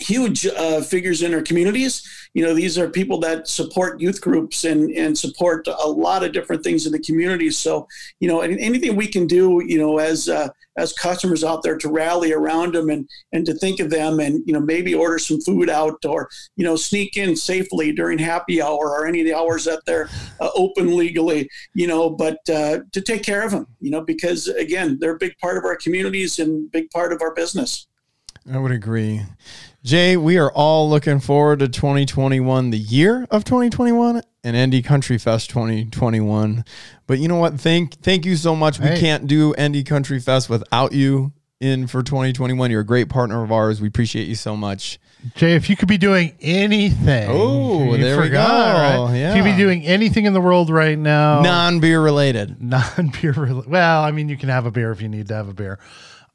S6: huge uh, figures in our communities. You know, these are people that support youth groups and, and support a lot of different things in the community. So, you know, and anything we can do, you know, as uh, as customers out there to rally around them and and to think of them and you know maybe order some food out or you know sneak in safely during happy hour or any of the hours that they're uh, open legally, you know, but uh, to take care of them, you know, because again, they're a big part of our communities and big part of our business.
S2: I would agree. Jay, we are all looking forward to 2021, the year of 2021, and Indy Country Fest 2021. But you know what? Thank thank you so much.
S1: Hey.
S2: We can't do Indy Country Fest without you in for 2021. You're a great partner of ours. We appreciate you so much.
S1: Jay, if you could be doing anything,
S2: Oh,
S1: you
S2: there we go.
S1: If you could
S2: Yeah.
S1: be doing anything in the world right now,
S2: Non beer related.
S1: non beer. Well, I mean, you can have a beer if you need to have a beer.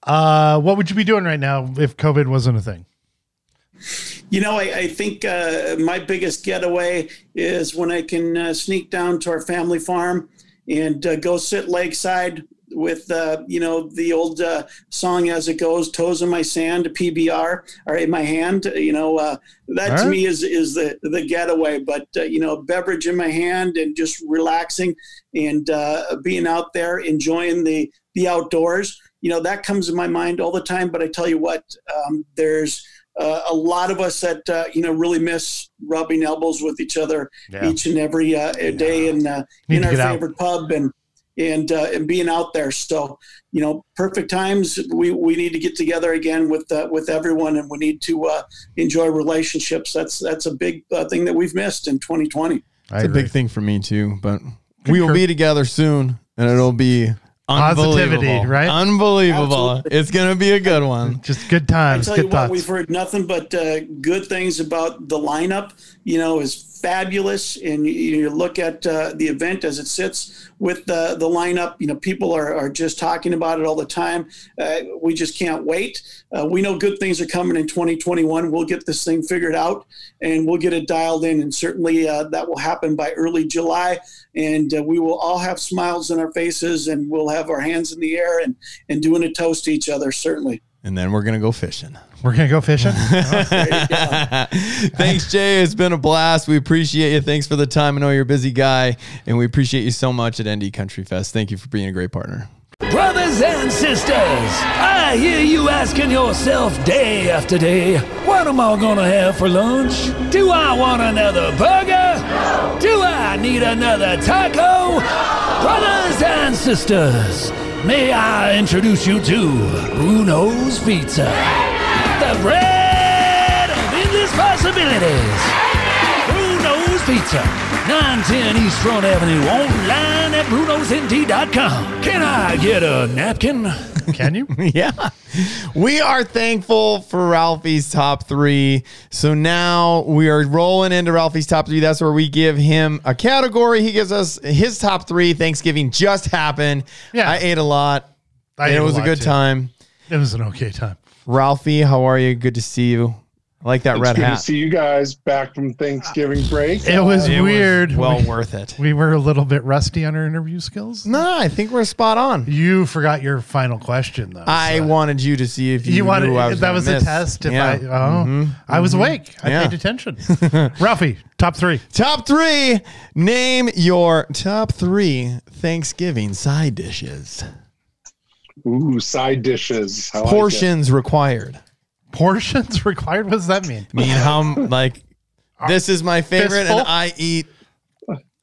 S1: Uh, what would you be doing right now if COVID wasn't a thing?
S6: You know, I, I think uh, my biggest getaway is when I can uh, sneak down to our family farm and uh, go sit lakeside with, uh, you know, the old uh, song as it goes, toes in my sand, PBR, or in my hand. You know, uh, that
S1: All
S6: to
S1: right.
S6: me is is the the getaway. But uh, you know, beverage in my hand and just relaxing and uh, being out there enjoying the the outdoors. You know, that comes to my mind all the time. But I tell you what, um, there's uh, a lot of us that uh, you know really miss rubbing elbows with each other
S1: Yeah.
S6: each and every uh, day and uh,
S1: Need
S6: in
S1: to
S6: our
S1: get out.
S6: favorite pub and and uh, and being out there. So you know, perfect times. We we need to get together again with uh, with everyone, and we need to uh, enjoy relationships. That's that's a big uh, thing that we've missed in 2020.
S1: I
S2: It's a
S1: agree.
S2: big thing for me too, but we will be together soon and it'll be
S1: Positivity,
S2: unbelievable.
S1: right?
S2: Unbelievable.
S6: Absolutely.
S2: It's going to be a good one.
S1: Just good
S6: I
S1: times,
S6: tell
S1: good
S6: you what,
S1: thoughts.
S6: we've heard nothing but uh, good things about the lineup. You know, is fabulous, and you, you look at uh, the event as it sits with the the lineup. You know, people are, are just talking about it all the time. Uh, we just can't wait. Uh, we know good things are coming in 2021. We'll get this thing figured out, and we'll get it dialed in. And certainly, uh, that will happen by early July, and uh, we will all have smiles on our faces, and we'll have our hands in the air and and doing a toast to each other. Certainly.
S2: And then we're going to go fishing.
S1: We're gonna go fishing.
S2: Thanks, Jay. It's been a blast. We appreciate you. Thanks for the time. I know you're a busy guy, and we appreciate you so much at ND Country Fest. Thank you for being a great partner.
S7: Brothers and sisters, I hear you asking yourself day after day, what am I gonna have for lunch? Do I want another burger? Do I need another taco? Brothers and sisters, may I introduce you to Bruno's Pizza, the bread of endless possibilities. Bruno's Pizza, 910 East Front Avenue, online at brunosnt.com. Can I get a napkin?
S1: Can you?
S2: yeah. We are thankful for Ralphie's top three. So now we are rolling into Ralphie's top three. That's where we give him a category. He gives us his top three. Thanksgiving just happened.
S1: Yeah.
S2: I ate a lot.
S1: I
S2: and
S1: ate
S2: it
S1: a
S2: was a,
S1: lot,
S2: good
S1: too.
S2: time.
S1: It was an okay time.
S2: Ralphie, how are you? Good to see you. I like that red
S8: it's good
S2: hat.
S8: to see you guys back from Thanksgiving break.
S1: It was
S2: It was
S1: weird.
S2: well
S1: we,
S2: worth it.
S1: we were a little bit rusty on our interview skills.
S2: No, I think we're spot on.
S1: You forgot your final question though.
S2: I
S1: so-
S2: wanted you to see if you,
S1: you, wanted
S2: knew I was
S1: that
S2: gonna
S1: was
S2: miss.
S1: a test. If
S2: Yeah. Mm-hmm.
S1: I, oh, I was awake. I
S2: Yeah.
S1: paid attention. Ralphie, top three.
S2: Top three. Name your top three Thanksgiving side dishes.
S8: Ooh, side dishes. I like it.
S2: Portions required.
S1: Portions required. What does that mean?
S2: I mean, how m- like this is my favorite, and
S1: Fistful?
S2: I eat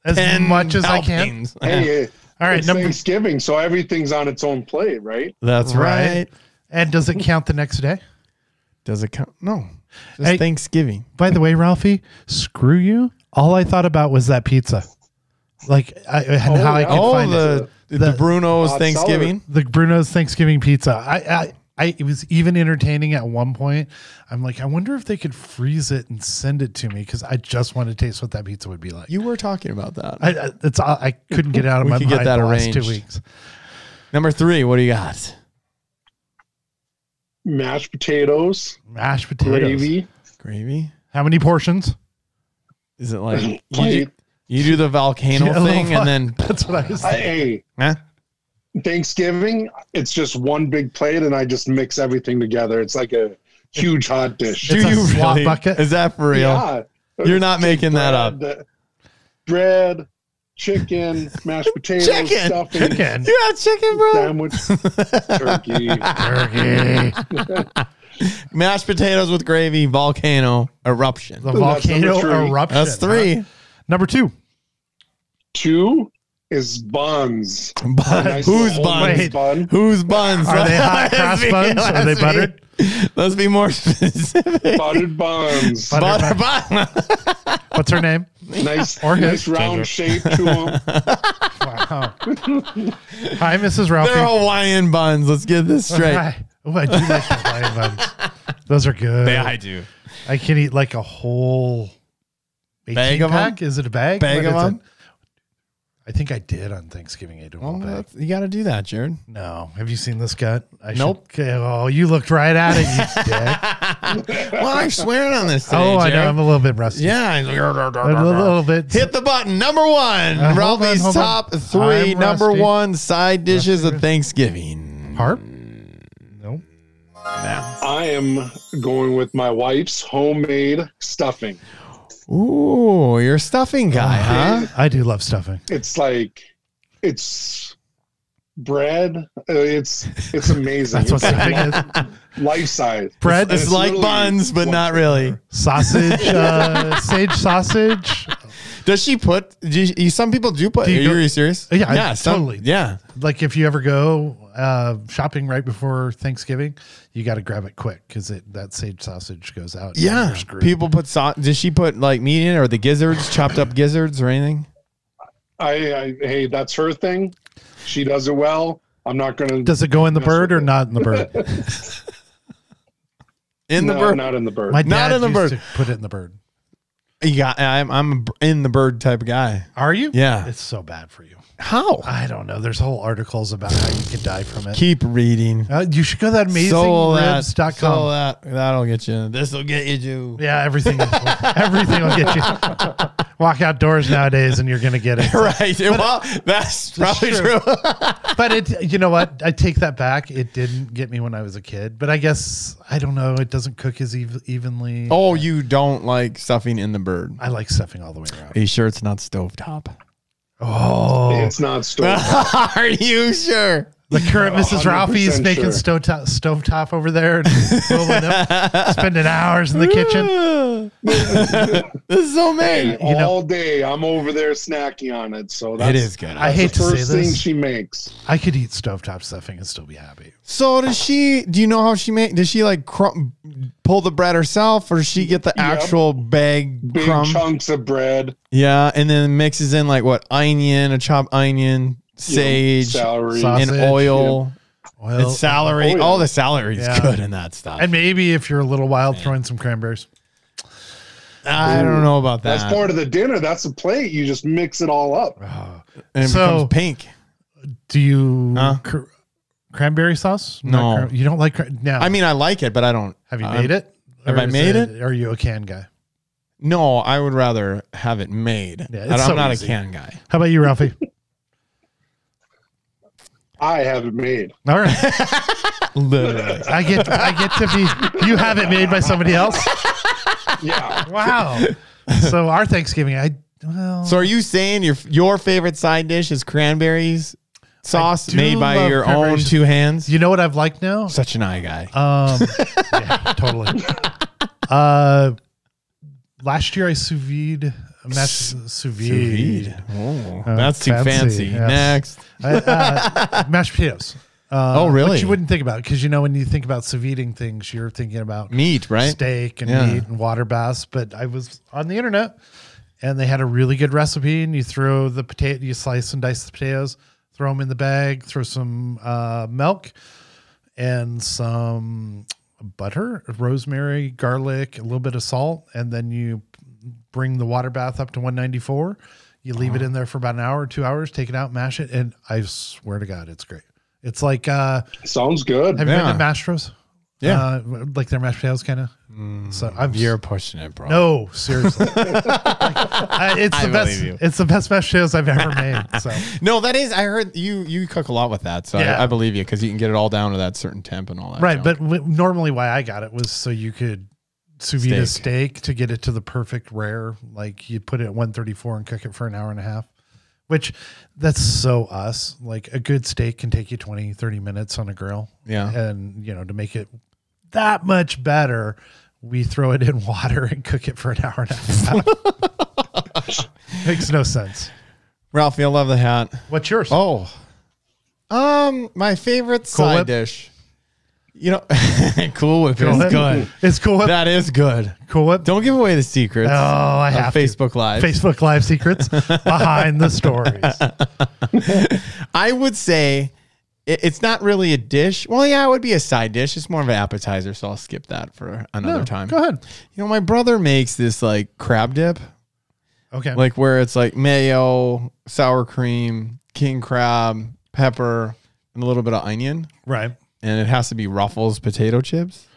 S1: As
S2: ten
S1: much as I can.
S2: helpings.
S8: Hey, it-
S1: All right,
S8: it's
S1: number-
S8: Thanksgiving, so everything's on its own plate, right?
S2: That's right.
S1: Right. And does it count the next day?
S2: Does it count? No. Just
S1: Hey.
S2: Thanksgiving.
S1: By the way, Ralphie, screw you. All I thought about was that pizza, like I, and
S8: Oh,
S1: how I
S8: yeah.
S1: could
S8: Oh,
S1: find it.
S2: the, the
S1: The-
S2: Bruno's
S8: Hot
S2: Thanksgiving.
S1: The Bruno's Thanksgiving pizza. I, I, I it was even entertaining at one point. I'm like, I wonder if they could freeze it and send it to me because I just want to taste what that pizza would be like.
S2: You were talking about that.
S1: I, I, it's all- I couldn't get it out of
S2: We
S1: my
S2: could
S1: mind.
S2: get that
S1: the last two
S2: arranged.
S1: weeks.
S2: Number three, what do you got?
S8: Mashed potatoes,
S1: Mashed potatoes.
S8: gravy.
S2: Gravy?
S1: How many portions?
S2: Is it like you do,
S8: Plate.
S2: you do the volcano
S1: Yeah, a little
S2: thing
S1: fuck.
S2: and then
S1: That's what I was.
S8: I, hey,
S2: huh?
S8: Thanksgiving, it's just one big plate, and I just mix everything together. It's like a huge hot dish.
S1: It's
S2: do
S1: a
S2: you
S1: slop
S2: really?
S1: bucket.
S2: Is that for real?
S8: Yeah.
S2: You're not making that up.
S8: Bread, bread, chicken, mashed potatoes,
S2: Chicken.
S8: stuffing,
S1: Chicken.
S2: You got chicken, bro.
S8: sandwich, turkey.
S1: Turkey.
S2: Mashed potatoes with gravy, volcano eruption.
S1: The
S8: Ooh, that's number
S1: volcano
S8: three.
S1: eruption.
S2: That's three.
S1: huh? Number two.
S8: Two is buns.
S2: But
S8: Nice
S2: who's
S8: little
S2: buns?
S1: Wait.
S8: Bun.
S2: Who's buns?
S1: Are they hot
S2: Let's
S1: cross
S2: be-
S1: buns? Are they
S2: let's be-
S1: buttered?
S2: Let's be more specific.
S8: Buttered buns.
S1: Butter-
S2: Butter bun.
S1: What's her name?
S8: Nice,
S1: Or his.
S8: nice round shape to them.
S1: Wow. Hi, Mrs. Ralphie.
S2: They're Hawaiian buns. Let's get this straight.
S1: Hi. Oh, I do like Hawaiian buns. Those are good.
S2: do.
S1: I can eat like a whole 18
S2: Bag of 'em?
S1: pack. Is it a bag?
S2: Bag
S1: What
S2: of
S1: is
S2: 'em?
S1: it? I think I did on Thanksgiving. I ate a whole
S2: Well,
S1: bag.
S2: that's- you got to do that, Jared.
S1: No. Have you seen this gut? I should-
S2: Nope.
S1: Okay, oh, you looked right at it, you dick.
S2: well, I'm swearing on this. Today,
S1: oh, I know.
S2: Jared.
S1: I'm a little bit rusty.
S2: Yeah.
S1: A little bit.
S2: Hit the button. Number one,
S1: Uh, hold
S2: Ralphie's
S1: on, hold
S2: top
S1: on.
S2: three.
S1: I'm
S2: number
S1: rusty.
S2: one, side dishes of Thanksgiving.
S1: harp. Nope.
S8: I am going with my wife's homemade stuffing.
S2: Ooh, you're a stuffing
S1: Oh,
S2: guy, huh?
S1: I do love stuffing.
S8: It's like, it's bread. Uh, It's it's amazing.
S1: That's what
S8: It's
S1: stuffing is.
S8: life size.
S1: Bread
S2: It's
S8: It's
S2: like
S8: literally
S2: buns, but
S8: one
S2: not really.
S1: sausage, uh, sage sausage,
S2: Does she put? Do you, some people do put.
S1: Do you
S2: are you
S1: go-
S2: really serious?
S1: Yeah, I-
S2: some-
S1: totally.
S2: Yeah,
S1: like if you ever go uh, shopping right before Thanksgiving, you got to grab it quick because it that sage sausage goes out. and you're
S2: yeah.
S1: screwed.
S2: People put. So- does she put like meat in it, or the gizzards, chopped up gizzards, or anything?
S8: I, I hey, that's her thing. She does it well. I'm not gonna
S1: Does it go in the
S8: That's
S1: bird or not in the bird?
S2: In the
S8: no,
S2: bird.
S8: not in the bird.
S1: My dad
S2: Not in the
S1: used
S2: bird.
S1: to put it in the bird.
S2: Yeah, I'm. I'm a b- in the bird type of guy.
S1: Are you?
S2: Yeah.
S1: It's so bad for you.
S2: How?
S1: I don't know. There's whole articles about how you could die from it.
S2: Keep reading.
S1: Uh, you should go to that
S2: Sold that.
S1: amazingribs.com.
S2: Sold that. That'll get you. This will get you too.
S1: Yeah, everything. everything will get you. Walk outdoors nowadays, and you're gonna get it.
S2: Right. well, that's probably true.
S1: true. But it, you know what? I take that back. It didn't get me when I was a kid. But I guess I don't know. It doesn't cook as ev- evenly.
S2: oh, you don't like stuffing in the bird.
S1: I like stuffing all the way around.
S2: Are you sure it's not stovetop?
S1: Oh,
S8: It's not stove.
S2: Are you sure?
S1: the current Mrs. Ralphie is
S8: 100%
S1: making
S8: sure.
S1: stovetop, stovetop over there, and blowing up, spending hours in the kitchen.
S2: this is so
S8: Hey,
S2: made.
S1: know-
S8: all day I'm over there snacking on it. So that's
S2: It is good.
S1: I hate to
S8: the
S1: say
S8: first thing
S1: this.
S8: she makes.
S1: I could eat stovetop stuffing and still be happy.
S2: So does she? Do you know how she made? Does she like crum- pull the bread herself, or does she get the actual bag
S8: Big
S2: crumb?
S8: chunks of bread,
S2: Yeah, and then mixes in like what onion, a chopped onion, sage,
S8: celery.
S1: Sauce.
S2: and
S1: Sausage,
S2: oil,
S1: Well,
S2: and celery.
S8: Oh, yeah.
S2: All the celery is
S1: Yeah.
S2: good in that stuff.
S1: and maybe if you're a little wild, throwing some cranberries.
S2: I don't know about that.
S8: That's part of the dinner. That's a plate. You just mix it all up.
S2: and it
S1: So-
S2: becomes pink.
S1: Do you
S2: Huh?
S1: cr- cranberry sauce? Not
S2: No.
S1: cran- you don't like. Cra- no,
S2: I mean, I like it, but I don't.
S1: have you
S2: I'm-
S1: made it?
S2: have
S1: Or
S2: I
S1: is
S2: made it?
S1: Are you a can guy?
S2: No, I would rather have it made.
S1: Yeah, it's
S2: I- I'm
S1: so
S2: not
S1: easy.
S2: a can guy.
S1: How about you, Ralphie?
S8: I have it made.
S1: All right.
S2: Literally.
S1: I get I get to be you have it made by somebody else.
S8: Yeah.
S1: Wow. So our Thanksgiving, I well
S2: so, are you saying your your favorite side dish is cranberries sauce
S1: do
S2: made by
S1: love
S2: your own
S1: cranberry sauce.
S2: two hands?
S1: you know what I've liked now?
S2: Such an eye guy.
S1: Um yeah, totally. Uh last year I sous vide mashed sous vide.
S2: Oh,
S1: Uh,
S2: that's too fancy.
S1: fancy, yes.
S2: Next.
S1: I, uh, mashed potatoes. Uh,
S2: Oh, really?
S1: Which you wouldn't think about because you know when you think about sous viding things, you're thinking about
S2: Meat, right?
S1: steak and
S2: Yeah.
S1: meat and water baths. But I was on the internet and they had a really good recipe. And you throw the potato, you slice and dice the potatoes, throw them in the bag, throw some uh, milk and some butter, rosemary, garlic, a little bit of salt, and then you bring the water bath up to 194. You leave it in there for about an hour, two hours, take it out, mash it, and I swear to God, it's great. It's like uh,
S8: Sounds good.
S1: have you been
S2: Yeah.
S1: to Mastros?
S2: Yeah. Mm.
S1: uh, like their mashed potatoes, kind of. so I'm
S2: You're pushing it, bro.
S1: no, seriously. Like, I- it's
S2: I
S1: the best.
S2: believe you.
S1: It's the best mashed potatoes I've ever made. So
S2: No, that is. I heard you you cook a lot with that, so
S1: Yeah.
S2: I, I believe you because you can get it all down to that certain temp and all that.
S1: right, but
S2: junk.
S1: w- normally why I got it was so you could sous vide a steak to get it to the perfect rare. Like you put it at 134 and cook it for an hour and a half. Which that's so us. Like a good steak can take you 20, 30 minutes on a grill.
S2: Yeah.
S1: And you know, to make it that much better, we throw it in water and cook it for an hour and a half. Makes no sense.
S2: Ralphie, I love the hat.
S1: What's yours?
S2: Oh, um, my favorite
S1: Cool
S2: side
S1: Whip?
S2: dish. You know, cool whip
S1: Cool
S2: is
S1: Whip.
S2: good.
S1: It's cool whip.
S2: That is good.
S1: cool whip.
S2: Don't give away the secrets.
S1: oh, I
S2: on
S1: have to.
S2: Facebook Live.
S1: Facebook Live secrets behind the stories.
S2: I would say it, it's not really a dish. Well, yeah, it would be a side dish. It's more of an appetizer, so I'll skip that for another
S1: No,
S2: time.
S1: Oh, Go ahead.
S2: You know, my brother makes this like crab dip,
S1: Okay.
S2: like where it's like mayo, sour cream, king crab, pepper, and a little bit of onion,
S1: right.
S2: and it has to be Ruffles potato chips.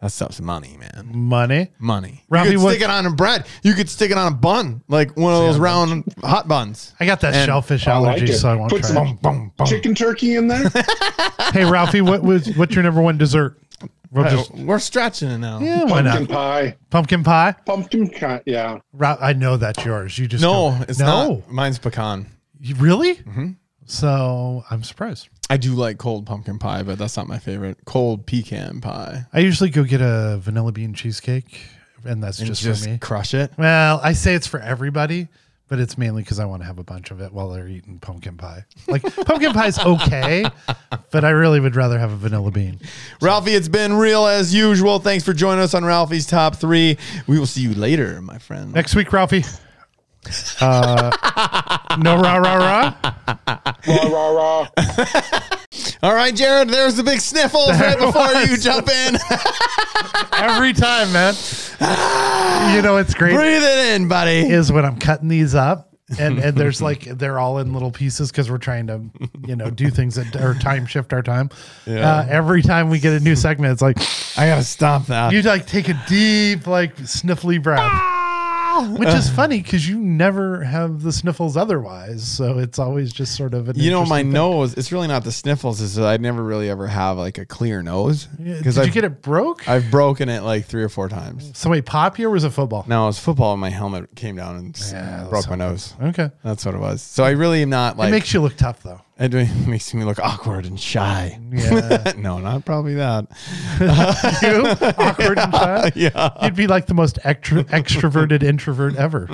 S2: That stuff's money, man.
S1: Money.
S2: Money.
S1: Ralphie,
S2: you could
S1: what-
S2: stick it on a bread. You could stick it on a bun, like one of those round hot buns.
S1: I got that
S2: And-
S1: shellfish
S8: I like
S1: allergy,
S8: it.
S1: so I won't
S8: Put
S1: try.
S8: some chicken turkey in there.
S1: it. Hey, Ralphie, what was what's your number one dessert? We'll just,
S2: We're stretching it now.
S1: yeah, why
S8: pumpkin
S1: not?
S8: pie.
S1: Pumpkin pie.
S8: Pumpkin pie. Yeah.
S1: Ra- I know that's yours. You just
S2: No,
S1: don't-
S2: it's
S1: no.
S2: not. Mm-hmm. Mine's pecan.
S1: You- really? So I'm surprised.
S2: I do like cold pumpkin pie, but that's not my favorite. Cold pecan pie.
S1: I usually go get a vanilla bean cheesecake, and that's
S2: And
S1: just,
S2: just,
S1: for me.
S2: crush it.
S1: Well, I say it's for everybody, but it's mainly because I want to have a bunch of it while they're eating pumpkin pie. Like pumpkin pie's okay, but I really would rather have a vanilla bean.
S2: Ralphie, it's been real as usual. Thanks for joining us on Ralphie's Top Three. We will see you later, my friend.
S1: Next week, Ralphie. Uh, no rah rah rah.
S8: Rah, rah, rah.
S2: All right, Jared, there's the big sniffles right before you jump in.
S1: Every time, man. You know it's great
S2: Breathe it in, buddy.
S1: is when I'm cutting these up. And, and there's like they're all in little pieces because we're trying to you know do things that or time shift our time. Uh, every time we get a new segment, it's like
S2: I gotta stop that.
S1: you like take a deep like sniffly breath
S2: Ah!
S1: which is
S2: Uh.
S1: funny because you never have the sniffles otherwise so it's always just sort of an
S2: You know, my
S1: interesting
S2: nose, it's really not the sniffles, is I never really ever have like a clear nose.
S1: thing.
S2: Because
S1: did you
S2: I've,
S1: get it broke
S2: I've broken it like three or four times.
S1: somebody pop you or was it football
S2: No, it was football and my helmet came down and s-
S1: Yeah,
S2: broke my nose.
S1: okay
S2: That's what it was. So I really am not like
S1: it makes you look tough though
S2: It ma- makes me look awkward and shy.
S1: Yeah.
S2: no, not probably that.
S1: you awkward and shy
S2: Yeah.
S1: you'd be like the most extra, extroverted introvert ever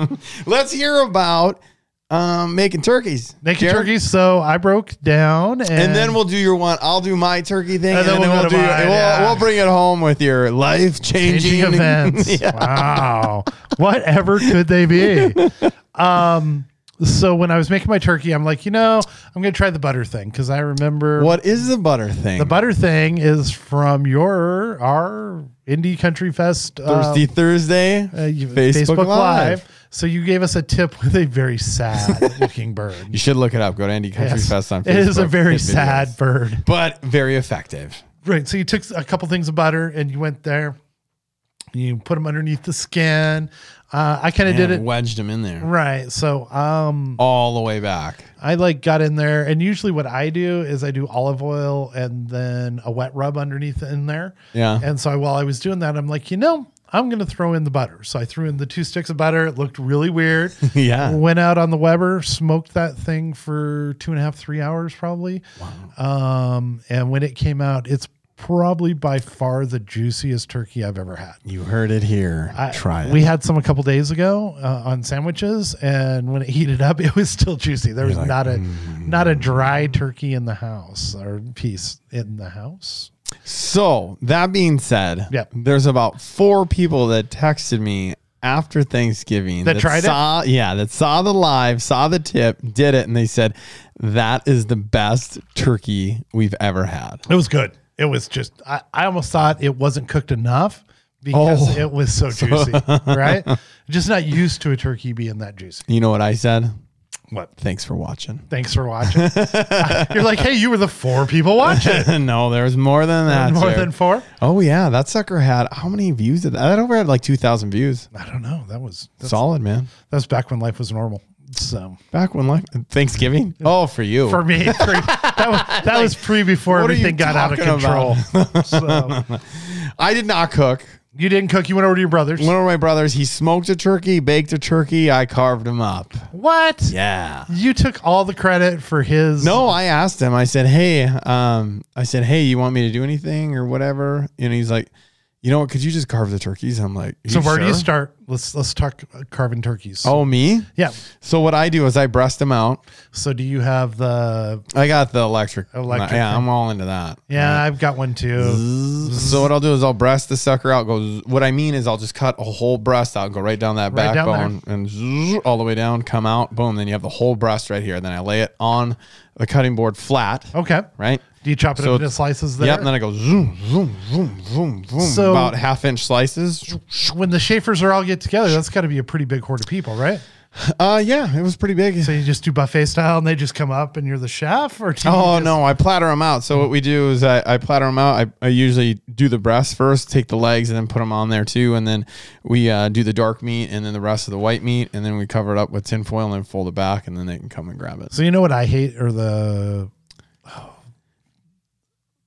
S2: Let's hear about um, making turkeys.
S1: naked
S2: Jared?
S1: turkey so i broke down and,
S2: And then we'll do your one. I'll do my turkey thing,
S1: And
S2: and,
S1: then
S2: then,
S1: we'll go
S2: we'll,
S1: to
S2: do. Your,
S1: mine,
S2: we'll,
S1: yeah.
S2: we'll bring it home with your life changing
S1: changing events. Wow. Whatever could they be? Um, so when I was making my turkey, I'm like, you know, I'm going to try the butter thing because I remember
S2: What is the butter thing?
S1: the butter thing is from your, our Indie Country Fest uh,
S2: Thirsty Thursday,
S1: uh, you-
S2: Facebook, Live.
S1: So you gave us a tip with a very sad looking bird.
S2: You should look it up. Go to Andy Country
S1: Yes.
S2: Fest on Facebook.
S1: It is a very
S2: Hit videos.
S1: sad bird.
S2: but very effective.
S1: Right. So you took a couple things of butter and you went there. You put them underneath the skin. Uh, I kind of did
S2: And
S1: it.
S2: wedged him in there
S1: Right. So um
S2: all the way back.
S1: I like got in there and usually what I do is I do olive oil and then a wet rub underneath in there.
S2: Yeah.
S1: And so I, while I was doing that, I'm like, you know, I'm gonna throw in the butter. So I threw in the two sticks of butter. It looked really weird.
S2: Yeah.
S1: Went out on the Weber, smoked that thing for two and a half, three hours probably. Um, and when it came out, it's probably by far the juiciest turkey I've ever had.
S2: You heard it here.
S1: I-
S2: Try it.
S1: We had some a couple days ago uh, on sandwiches, and when it heated up, it was still juicy. There was not a
S2: "Mm-hmm."
S1: not a dry turkey in the house or piece in the house.
S2: So that being said,
S1: Yep.
S2: there's about four people that texted me after Thanksgiving
S1: That tried it?
S2: saw, it. Yeah, that saw the live, saw the tip, did it, and they said that is the best turkey we've ever had.
S1: It was good. It was just I, I almost thought it wasn't cooked enough because
S2: Oh.
S1: it was so juicy, right? Just not used to a turkey being that juicy.
S2: You know what I said?
S1: What?
S2: Thanks for watching.
S1: Thanks for watching. You're like, hey, you were the four people watching.
S2: no, there was more than that.
S1: More
S2: sir.
S1: than four?
S2: Oh yeah, that sucker had how many views did that? That over had like two thousand views.
S1: I don't know. That was that's,
S2: Solid man.
S1: that was back when life was normal. So
S2: Back when like Thanksgiving. Oh, for you.
S1: for me, pre, that was that was pre before
S2: what are you
S1: everything got out of
S2: talking
S1: control. so
S2: I did not cook.
S1: you didn't cook. You went over to your brother's.
S2: One of my brothers, he smoked a turkey, baked a turkey. I carved him up.
S1: What?
S2: Yeah.
S1: You took all the credit for his.
S2: No, I asked him. I said, "Hey, um, I said, hey, you want me to do anything or whatever?" And he's like, "You know what? Could you just carve the turkeys?" I'm like,
S1: So
S2: "You
S1: where do you
S2: sure?"
S1: start? Let's let's talk uh, carving turkeys.
S2: Oh, me?
S1: yeah.
S2: So what I do is I breast them out.
S1: So do you have the?
S2: I got the electric.
S1: Electric
S2: Yeah,
S1: thing.
S2: I'm all into that.
S1: Yeah, I've got one too.
S2: So what I'll do is I'll breast the sucker out. Goes. What I mean is I'll just cut a whole breast out, go right down that
S1: Right down
S2: backbone, and zzz, all the way down. Come out, boom. Then you have the whole breast right here. Then I lay it on the cutting board flat.
S1: Okay.
S2: Right.
S1: Do you chop Oh. it
S2: So
S1: up into
S2: it's-
S1: slices there?
S2: Yep. And then I go zoom, zoom, zoom, zoom, zoom.
S1: So-
S2: about half inch slices.
S1: when the Schaefer's are all get together, that's got to be a pretty big horde of people, right?
S2: Uh, yeah, it was pretty big.
S1: So you just do buffet style, and they just come up, and you're the chef, or do you
S2: Oh
S1: just-
S2: no, I platter them out. So what we do is I, I platter them out. I, I usually do the breasts first, take the legs, and then put them on there too. And then we uh, do the dark meat, and then the rest of the white meat, and then we cover it up with tin foil and then fold it back, and then they can come and grab it.
S1: So you know what I hate, or the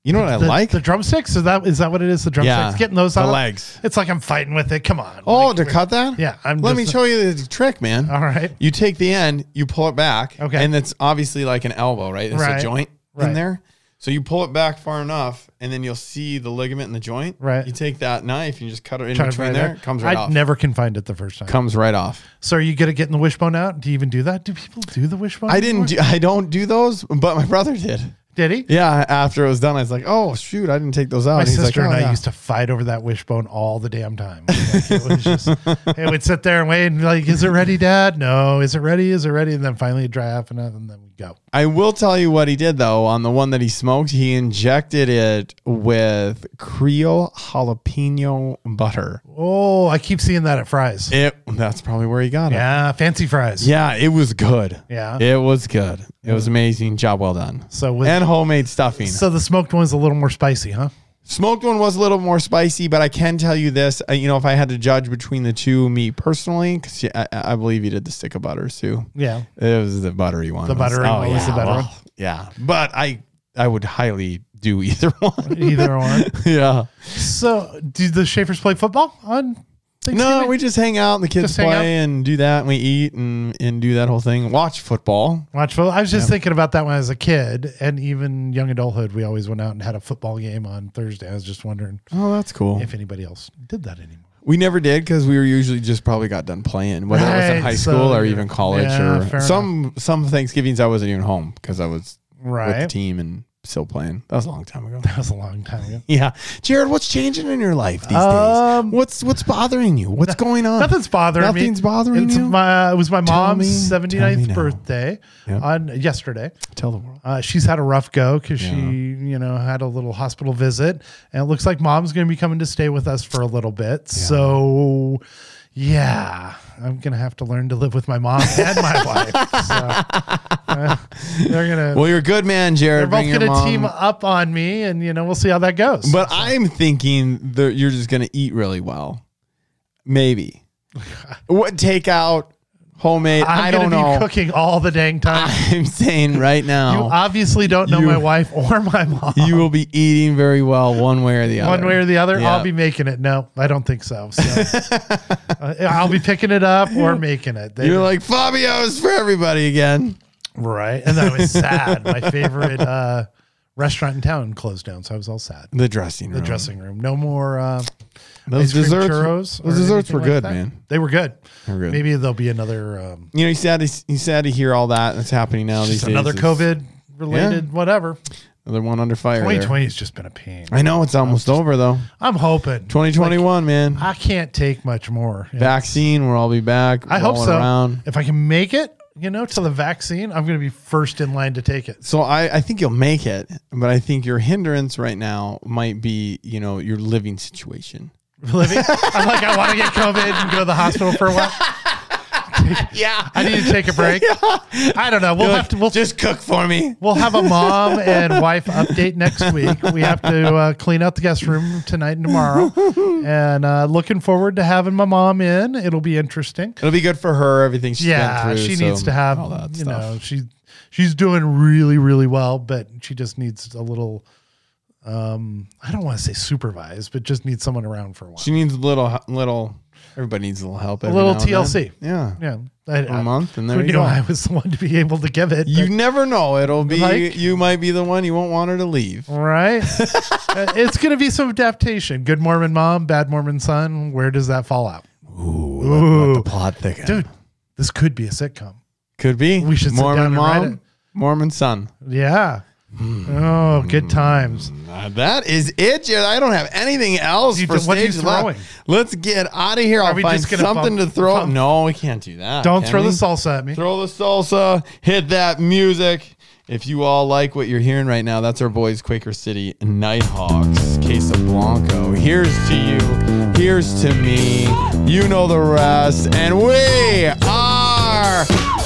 S2: You know what I
S1: the,
S2: like?
S1: the drumsticks. Is that is that what it is? The
S2: Yeah.
S1: drumsticks, getting those
S2: The
S1: out.
S2: legs.
S1: It's like I'm fighting with it. Come on.
S2: oh,
S1: Like,
S2: to cut that?
S1: yeah, I'm
S2: Let
S1: just-
S2: me show you the trick, man.
S1: All right.
S2: You take the end, you pull it back.
S1: Okay.
S2: And it's obviously like an elbow, right? There's
S1: Right.
S2: a joint
S1: Right.
S2: in there. So you pull it back far enough, and then you'll see the ligament and the joint.
S1: Right.
S2: You take that knife and you just cut it in
S1: Try to
S2: between
S1: find
S2: there.
S1: that.
S2: It comes right
S1: I
S2: off.
S1: never can find it the first time.
S2: comes right off.
S1: So are you good at getting the wishbone out? Do you even do that? Do people do the wishbone?
S2: I didn't. Do, I don't do those, but my brother did.
S1: Did he?
S2: Yeah. After it was done, I was like, "Oh shoot, I didn't take those out."
S1: My
S2: And he's
S1: sister
S2: like,
S1: and
S2: "Oh,
S1: I
S2: yeah."
S1: used to fight over that wishbone all the damn time. Like, it was just, it would sit there and wait and be like, is it ready, Dad? No, is it ready? Is it ready? And then finally it'd dry off enough and then we go.
S2: I will tell you what he did though. On the one that he smoked, he injected it with Creole jalapeno butter.
S1: Oh, I keep seeing that at fries.
S2: It. That's probably where he got it.
S1: yeah, fancy fries.
S2: Yeah, it was good.
S1: Yeah.
S2: It was good. It was amazing. Job well done.
S1: So with-
S2: and homemade stuffing.
S1: So the smoked one's a little more spicy, huh?
S2: Smoked one was a little more spicy, but I can tell you this. uh, You know, if I had to judge between the two, me personally, because I, I believe you did the stick of butters too.
S1: Yeah.
S2: It was the buttery one.
S1: The buttery
S2: one
S1: one was the better one.
S2: Yeah, but I I would highly do either one.
S1: Either one.
S2: yeah.
S1: So do the Schaefer's play football on Thanksgiving?
S2: No, we just hang out and the kids
S1: Just hang out?
S2: play and do that and we eat and, and do that whole thing. Watch football.
S1: Watch football. I was just thinking about that when I was a kid, and even young adulthood, we always went out and had a football game on Thursday. I was just wondering
S2: Oh, that's cool.
S1: if anybody else did that anymore.
S2: We never did because we were usually just probably got done playing, whether it was in
S1: Right,
S2: high
S1: so
S2: school or
S1: you're-
S2: even college
S1: yeah, fair
S2: or some some Thanksgivings I wasn't even home because I was with the
S1: Right.
S2: team and still playing. That was a long time ago.
S1: That was a long time ago.
S2: yeah, Jared, what's changing in your life these
S1: Um,
S2: days? What's what's bothing you? What's going on?
S1: Nothing's bothering me.
S2: Nothing's bothering
S1: it's
S2: you?
S1: My, uh, it was my
S2: Tell
S1: mom's
S2: me- tell me
S1: 79th
S2: now.
S1: birthday
S2: Yep.
S1: on yesterday.
S2: Tell the world.
S1: Uh, she's had a rough go because she, you know, had a little hospital visit, and it looks like mom's going to be coming to stay with us for a little bit. So, yeah, I'm going to have to learn to live with my mom and my wife. So, uh, they're going to.
S2: Well, you're a good man,
S1: They're
S2: Jared.
S1: both
S2: Bring your
S1: going to
S2: mom.
S1: team up on me, and you know we'll see how that goes.
S2: But I'm thinking that you're just going to eat really well. Maybe. what takeout, homemade? I'm I
S1: I'm
S2: do
S1: going
S2: not
S1: to be
S2: know.
S1: cooking all the dang time.
S2: I'm saying right now.
S1: You obviously don't know
S2: Oh. You-
S1: my wife or my mom.
S2: you will be eating very well one way or the other.
S1: one way or the other,
S2: Yeah.
S1: I'll be making it. No, I don't think so. so uh, I'll be picking it up or making it. They-
S2: You're like Fabio's for everybody again.
S1: right, and I was sad. My favorite uh, restaurant in town closed down, so I was all sad.
S2: The dressing room.
S1: The dressing room, no more uh,
S2: Those
S1: ice cream
S2: desserts.
S1: churros.
S2: those
S1: or
S2: desserts
S1: anything
S2: were
S1: like
S2: good,
S1: that.
S2: man.
S1: They were good.
S2: They were good.
S1: Maybe there'll be another um,
S2: You know, he's sad. To, he's sad to hear all that that's happening now. These
S1: just another
S2: days. It's-
S1: COVID related whatever.
S2: Another one under fire. there.
S1: 2020 has just been a pain.
S2: I know it's almost over though.
S1: I'm hoping
S2: 2021, man.
S1: I can't take much more. you know.
S2: Vaccine. We'll all be back.
S1: I hope
S2: rolling
S1: so.
S2: Around.
S1: If I can make it, you know, to the vaccine, I'm going to be first in line to take it.
S2: So I, I think you'll make it, but I think your hindrance right now might be, you know, your living situation.
S1: Living, I'm like, I want to get COVID and go to the hospital for a while.
S2: Yeah.
S1: I need to take a break. I don't know. We'll have to. We'll
S2: just cook for me.
S1: We'll have a mom and wife update next week. We have to uh, clean out the guest room tonight and tomorrow. And uh, looking forward to having my mom in. It'll be interesting.
S2: It'll be good for her. Everything she's
S1: yeah,
S2: been through.
S1: she
S2: so
S1: needs to have
S2: all that
S1: you
S2: stuff.
S1: know she she's doing really really well, but she just needs a little. Um, I don't want to say supervised, but just needs someone around for a while.
S2: She needs a little, little. Everybody needs a little help. every
S1: little
S2: now and then.
S1: TLC.
S2: Yeah.
S1: yeah, I,
S2: A month, and
S1: I,
S2: there
S1: who
S2: you
S1: knew
S2: go.
S1: I was the one to be able to give it.
S2: You
S1: but-
S2: never know. It'll be
S1: Like-
S2: you might be the one you won't want her to leave.
S1: right? Uh, it's going to be some adaptation. Good Mormon mom, bad Mormon son. Where does that fall out?
S2: The plot thickens.
S1: Dude, this could be a sitcom.
S2: Could be.
S1: We should sit
S2: Mormon
S1: down and write
S2: mom,
S1: it.
S2: Mormon son.
S1: Yeah.
S2: Hmm.
S1: Oh, good times.
S2: Uh, that is it. Jared. I don't have anything else
S1: You
S2: for
S1: don't- what are you
S2: stage left.
S1: throwing?
S2: Let's get out of here. I'll
S1: we
S2: find
S1: just gonna
S2: something
S1: bump-
S2: to throw.
S1: bump?
S2: No, we can't do that.
S1: Don't
S2: can
S1: throw the
S2: we?
S1: salsa at me.
S2: Throw the salsa. Hit that music. If you all like what you're hearing right now, that's our boys, Quaker City Nighthawks, Casablanco. Here's to you. Here's to me. You know the rest. And we are